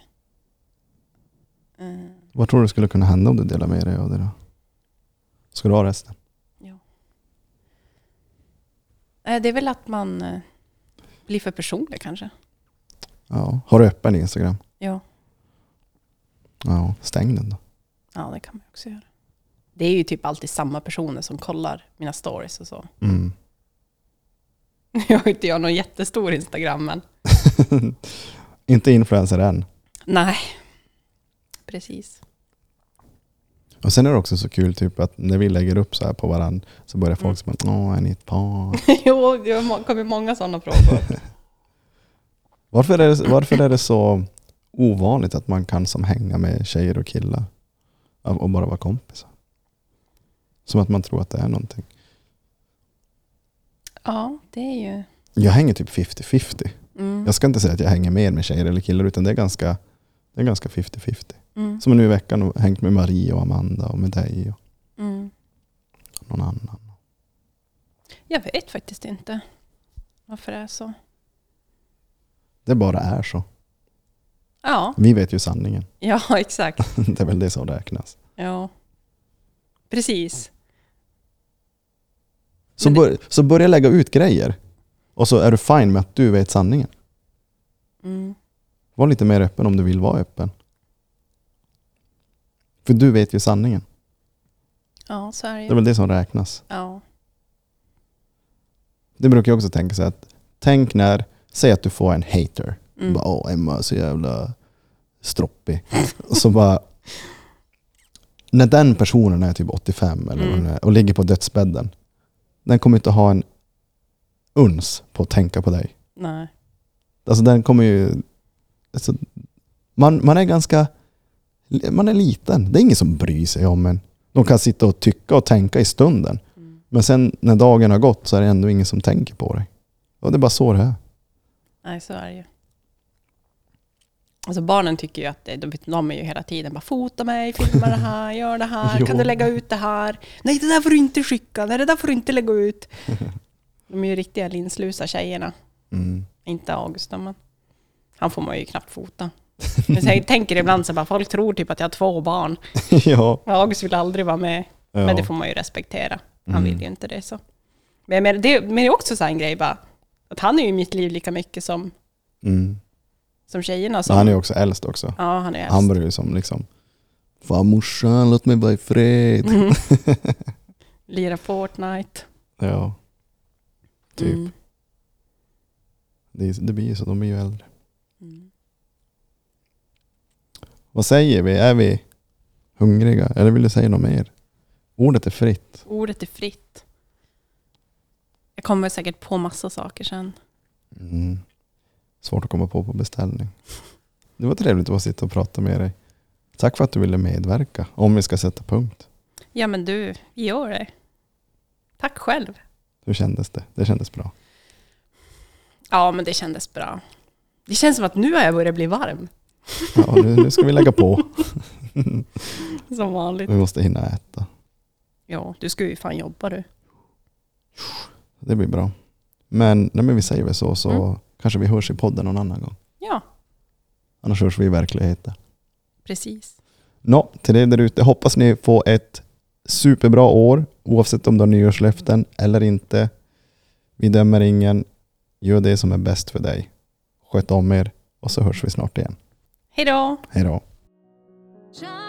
Mm.
Vad tror du skulle kunna hända om du delar med dig av det då? Ska du ha resten?
Eh, Det är väl att man eh, blir för personlig kanske.
Ja. Har du öppen Instagram?
Ja.
Ja, stäng den då.
ja, det kan man också göra. Det är ju typ alltid samma personer som kollar mina stories och så.
Mm.
Jag har inte jag någon jättestor Instagram, men
inte influencer än.
nej. Precis.
Och sen är det också så kul typ att när vi lägger upp så här på varandra så börjar folk som åh är ni ett par?
jo, det har må- kommit många sådana frågor.
Varför är, det, varför är det så ovanligt att man kan som hänga med tjejer och killar och och bara vara kompisar? Som att man tror att det är någonting.
Ja, det är ju...
Jag hänger typ 50-50.
Mm,
Jag ska inte säga att jag hänger mer med tjejer eller killar utan det är ganska det är ganska 50-50.
mm,
Som nu i veckan har hängt med Marie och Amanda och med dig
mm.
och någon annan.
Jag vet faktiskt inte varför det är så.
Det bara är så.
Ja,
Vi vet ju sanningen.
ja exakt.
Det är väl det som räknas.
Ja. Precis.
Så,
Men det-
bör, så börja lägga ut grejer. Och så är du fine med att du vet sanningen.
Mm.
Var lite mer öppen om du vill vara öppen. För du vet ju sanningen.
Ja, så är det
Det är
ju.
väl det som räknas.
Ja.
Det brukar jag också tänka så att tänk när, säg att du får en hater.
Mm.
Bara, Åh, Emma är så jävla stroppig. Och så bara, när den personen är typ 85 eller vad
Mm.
den är, och ligger på dödsbädden, den kommer inte ha en uns på att tänka på dig.
Nej.
Alltså den kommer ju... Alltså, man, man är ganska... Man är liten. Det är ingen som bryr sig om en. De kan sitta och tycka och tänka i stunden.
Mm.
Men sen när dagen har gått så är det ändå ingen som tänker på dig. Och det är bara så det är.
Nej, så är det ju. Alltså barnen tycker ju att det- de, de är ju hela tiden bara fota mig, filma det här, gör det här, kan
Jo.
du lägga ut det här? Nej, det där får du inte skicka, nej, det där får du inte lägga ut. De är ju riktiga linslusa tjejerna,
Mm.
inte August då, men han får man ju knappt fota. Men så jag tänker ibland så bara, folk tror typ att jag har två barn.
ja.
August vill aldrig vara med,
ja.
men det får man ju respektera. Han
Mm.
vill ju inte det så. Men, jag menar, det, men det är också så här en grej bara, att han är ju i mitt liv lika mycket som,
mm.
som tjejerna. Som,
Men han är ju också äldst också.
Ja, han är äldst.
Han bryr sig som liksom... Fan morsan, låt mig vara i fred.
Mm. Lira Fortnite.
Ja, typ.
Mm.
Det, det blir ju så. De blir ju äldre.
Mm.
Vad säger vi? Är vi Hungriga? Eller vill du säga något mer? Ordet är fritt.
Ordet är fritt. Jag kommer säkert på massa saker sen.
Mm. Svårt att komma på på beställning. Det var trevligt att bara sitta och prata med dig. Tack för att du ville medverka, om vi ska sätta punkt.
Ja men du, vi gör det. Tack själv.
Hur kändes det? Det kändes bra.
Ja men det kändes bra. Det känns som att nu har jag börjat bli varm.
Ja, nu, nu ska vi lägga på.
Som vanligt.
Vi måste hinna äta.
Ja, du ska ju fan jobba du.
Det blir bra. Men, nej, men vi säger väl så, så
Mm.
kanske vi hörs i podden någon annan gång.
Ja,
Annars hörs vi i verkligheten.
precis.
Nå, till er där ute, hoppas ni får ett superbra år, oavsett om du har nyårslöften eller inte. Vi dömer ingen. Gör det som är bäst för dig. Sköt om er och så hörs vi snart igen.
Hej då!
Hej då.
Shine